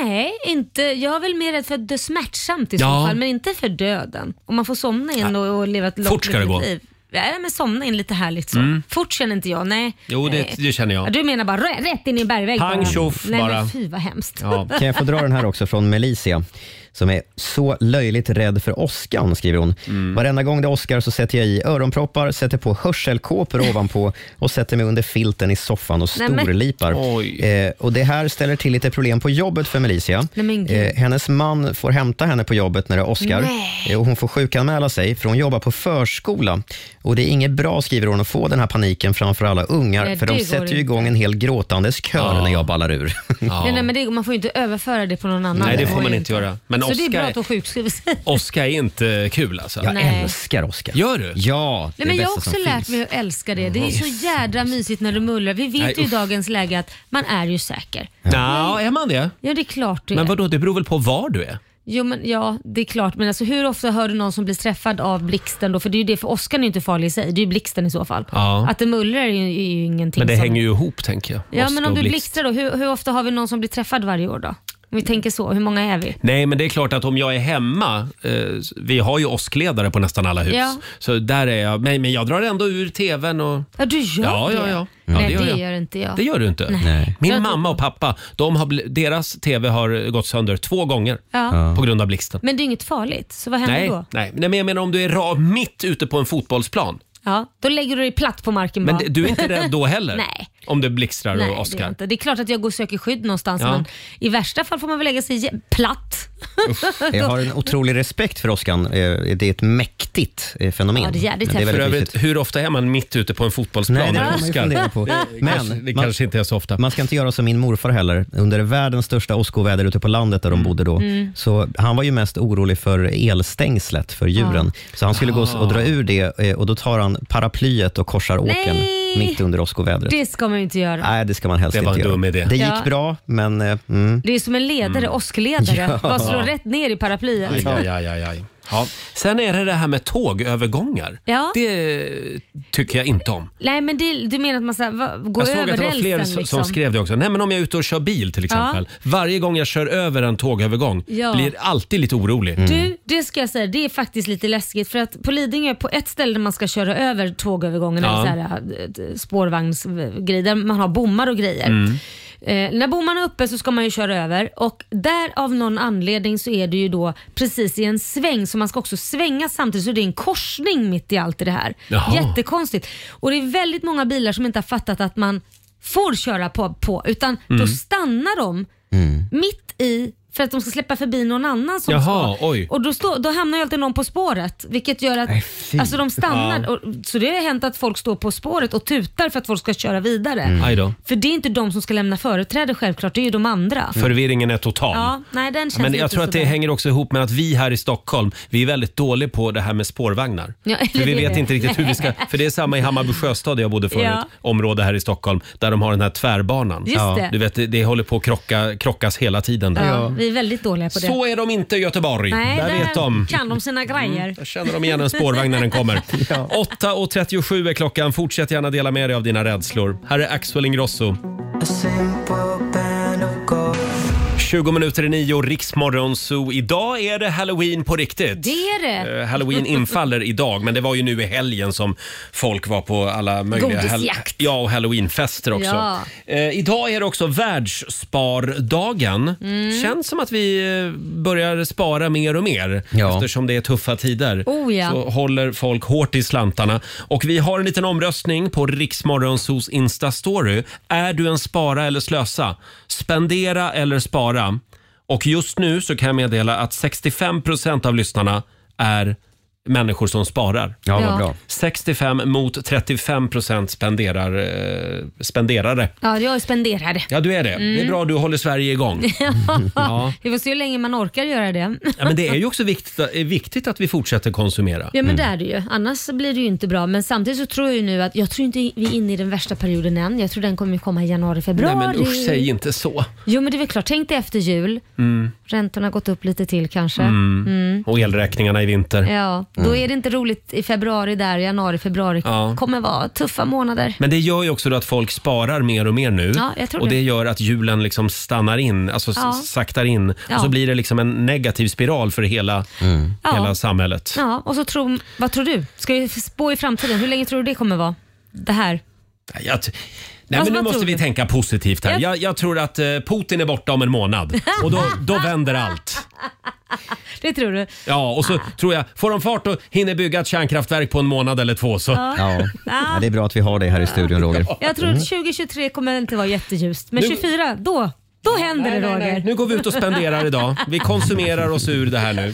Nej, inte. jag är väl mer rädd för att dö smärtsamt i Ja. så fall, men inte för döden. Om man får somna in och, och leva ett långt Fort ska det lyckligt gå. liv. Nej, men somna in lite härligt så. Mm. Fort känner inte jag, nej. Jo, det, Nej. det känner jag. Du menar bara rä- rätt in i en bergvägg Pang, bara. tjoff Nej, bara. Men fy vad hemskt. Kan jag få dra den här också från Melisia som är så löjligt rädd för åskan, skriver hon. Varenda gång det åskar så sätter jag i öronproppar, sätter på hörselkåpor ovanpå och sätter mig under filten i soffan och Nej, men- storlipar. Eh, och det här ställer till lite problem på jobbet för Melisia. Nej, men gud. Eh, hennes man får hämta henne på jobbet när det åskar Nej. eh, och hon får sjukanmäla sig för hon jobbar på förskola. Och det är inget bra, skriver hon, att få den här paniken framför alla ungar Nej, för det de går sätter ju inte. igång en hel gråtandes kör när jag ballar ur. Nej, nej, men det, man får ju inte överföra det på någon annan. Nej, det får går man ju inte göra. Men så det är bra Oskar att hon sjukskriver sig. Oskar är inte kul alltså. Jag Nej. älskar Oskar. Gör du? Ja, Nej, men jag har också lärt mig att älska det. Det är ju så jädra mysigt när du mullrar. Vi vet Nej, ju i usch. dagens läge att man är ju säker. Ja, är man det? Ja, det är klart du Men är. vadå, det beror väl på var du är? Jo, men, ja, det är klart. Men alltså, hur ofta hör du någon som blir träffad av blixten då? För det är ju det, för åskan är ju inte farlig i sig. Det är ju blixten i så fall. Ja. Att det mullrar är ju, är ju ingenting Men det som... hänger ju ihop tänker jag. Liksom. Ja, Åska men om och du blixt. blixtrar då, hur, hur ofta har vi någon som blir träffad varje år då? Om vi tänker så, hur många är vi? Nej, men det är klart att om jag är hemma, eh, vi har ju åskledare på nästan alla hus. Ja. Så där är jag, men, men jag drar ändå ur tvn och... Ja, du gör Ja, det. ja, ja. Ja, Nej, det gör det jag. gör, inte jag. Det gör du inte. Nej. Nej. Min mamma och pappa, de har, bl- deras tv har gått sönder två gånger Ja. på grund av blixten. Men det är inget farligt, så vad händer Nej, då? nej, nej, men jag menar om du är ra- mitt ute på en fotbollsplan. Ja, då lägger du dig platt på marken Men bara. d- du är inte rädd då heller? Nej. Om det blixtrar Nej, och det är, jag åskar? inte. det är klart att jag går och söker skydd någonstans Ja. men i värsta fall får man väl lägga sig je- platt. Jag har en otrolig respekt för åskan. Eh, Det är ett mäktigt eh, fenomen. Ja, det är jävligt väldigt häftigt. För övrigt, viktigt. Hur ofta är man mitt ute på en fotbollsplan Nej, det och kan man ju åskar? fundera på. Det- det kanske- det kanske inte är så ofta. Man ska inte göra som min morfar heller. Under världens största åskoväder ute på landet där de bodde då. Mm. Så han var ju mest orolig för elstängslet för djuren. Så han skulle gå och dra ur det eh, och då tar han paraplyet och korsar åkern Nej! mitt under åskovädret. Det ska man ju inte göra. Nej, det ska man helst Det var inte en göra. dum idé. Det gick Ja. bra, men... eh, Mm. Det är som en ledare, Mm. åskledare. Ja. Bara slå rätt ner i paraplyet. Aj, aj, aj, aj, aj. Ja. Sen är det det här med tågövergångar. Ja. Det tycker jag inte om. Nej men det, du menar att man så här, va, går jag såg över att det var rälsen fler som, liksom. som skrev det också. Nej men om jag är ute och kör bil till exempel. Varje gång jag kör över en tågövergång Ja. blir alltid lite orolig. Du, det ska jag säga, det är faktiskt lite läskigt för att på Lidingö, på ett ställe där man ska köra över tågövergången Ja. eller så här, eh, spårvagnsgrejer, där man har bommar och grejer. Mm. Eh, när bommarna är uppe så ska man ju köra över och där av någon anledning så är det ju då precis i en sväng så man ska också svänga samtidigt så det är en korsning mitt i allt i det här. Jaha. Jättekonstigt. Och det är väldigt många bilar som inte har fattat att man får köra på, på utan då Mm. stannar de mitt i för att de ska släppa förbi någon annan som Jaha, ska. oj. Och då, står- då hamnar ju alltid någon på spåret vilket gör att alltså de stannar. Ja. Och, så det har hänt att folk står på spåret och tutar för att folk ska köra vidare. Mm. Aj då. För det är inte de som ska lämna företräde självklart, det är ju de andra. Förvirringen är total. Ja, nej den känns Men inte jag tror så att det bra. hänger också ihop med att vi här i Stockholm, vi är väldigt dåliga på det här med spårvagnar. Ja, eller för vi det är vet det. inte riktigt hur vi ska... För det är samma i Hammarby sjöstad där jag bodde förut, Ja. område här i Stockholm, där de har den här tvärbanan. Just Ja. det. Du vet, det, det håller på att krocka, krockas hela tiden där. Ja, Vi är väldigt dåliga på det. Så är de inte i Göteborg. Nej, där, vet de. Mm. kan de sina grejer. Jag känner dem igen en spårvagn när den kommer. 8.37 är klockan. Fortsätt gärna dela med dig av dina rädslor. Här är Axel Ingrosso. 20 minuter i nio, Riksmorgon Zoo. Idag är det halloween på riktigt. Det är det. Eh, Halloween infaller idag, men det var ju nu i helgen som folk var på alla möjliga... Godisjakt. ja, och halloweenfester också. Ja. Eh, idag är det också världsspardagen. Mm. Känns som att vi eh, börjar spara mer och mer eftersom det är tuffa tider. Oh, ja. Så håller folk hårt i slantarna. Och vi har en liten omröstning på Riksmorgonsos Insta-story. Är du en spara eller slösa? Spendera eller spara? Och just nu så kan jag meddela att 65% av lyssnarna är människor som sparar. Ja, vad Ja. bra. 65 mot 35% spenderar, eh, spenderare. Ja, jag är spenderare. Ja, du är det. Mm. Det är bra du håller Sverige igång. Ja. Vi får se hur länge man orkar göra det. Ja, men det är ju också viktigt, är viktigt att vi fortsätter konsumera. Ja men det är det ju. Annars blir det ju inte bra. Men samtidigt så tror jag ju nu att, jag tror inte vi är inne i den värsta perioden än. Jag tror den kommer ju komma i januari, februari. Nej men usch, säg inte så. Jo men det är väl klart, tänk dig efter jul. Mm. Räntorna har gått upp lite till kanske. Mm. Mm. Och elräkningarna i vinter. Ja, då Mm. är det inte roligt i februari där, januari, februari. Ja. kommer vara tuffa månader. Men det gör ju också då att folk sparar mer och mer nu. Ja, jag tror och det det. gör att hjulen liksom stannar in, alltså s- Ja. saktar in. Ja. Och så blir det liksom en negativ spiral för hela, hela Ja. samhället. Ja, och så tror, vad tror du? Ska vi spå i framtiden? Hur länge tror du det kommer vara? Det här? Nej, Jag, t- Nej, Alltså, men vad nu måste tror vi du? tänka positivt här. Jag- Jag, jag tror att eh, Putin är borta om en månad och då, då vänder allt. Det tror du? Ja, Ah. och så tror jag, får de fart och hinner bygga ett kärnkraftverk på en månad eller två så... Ja. Ja. Ja, det är bra att vi har dig här i studion Roger. Jag tror att 2023 kommer inte vara jätteljust, men Nu- 24, då, då händer det Roger. Nu går vi ut och spenderar idag. Vi konsumerar oss ur det här nu.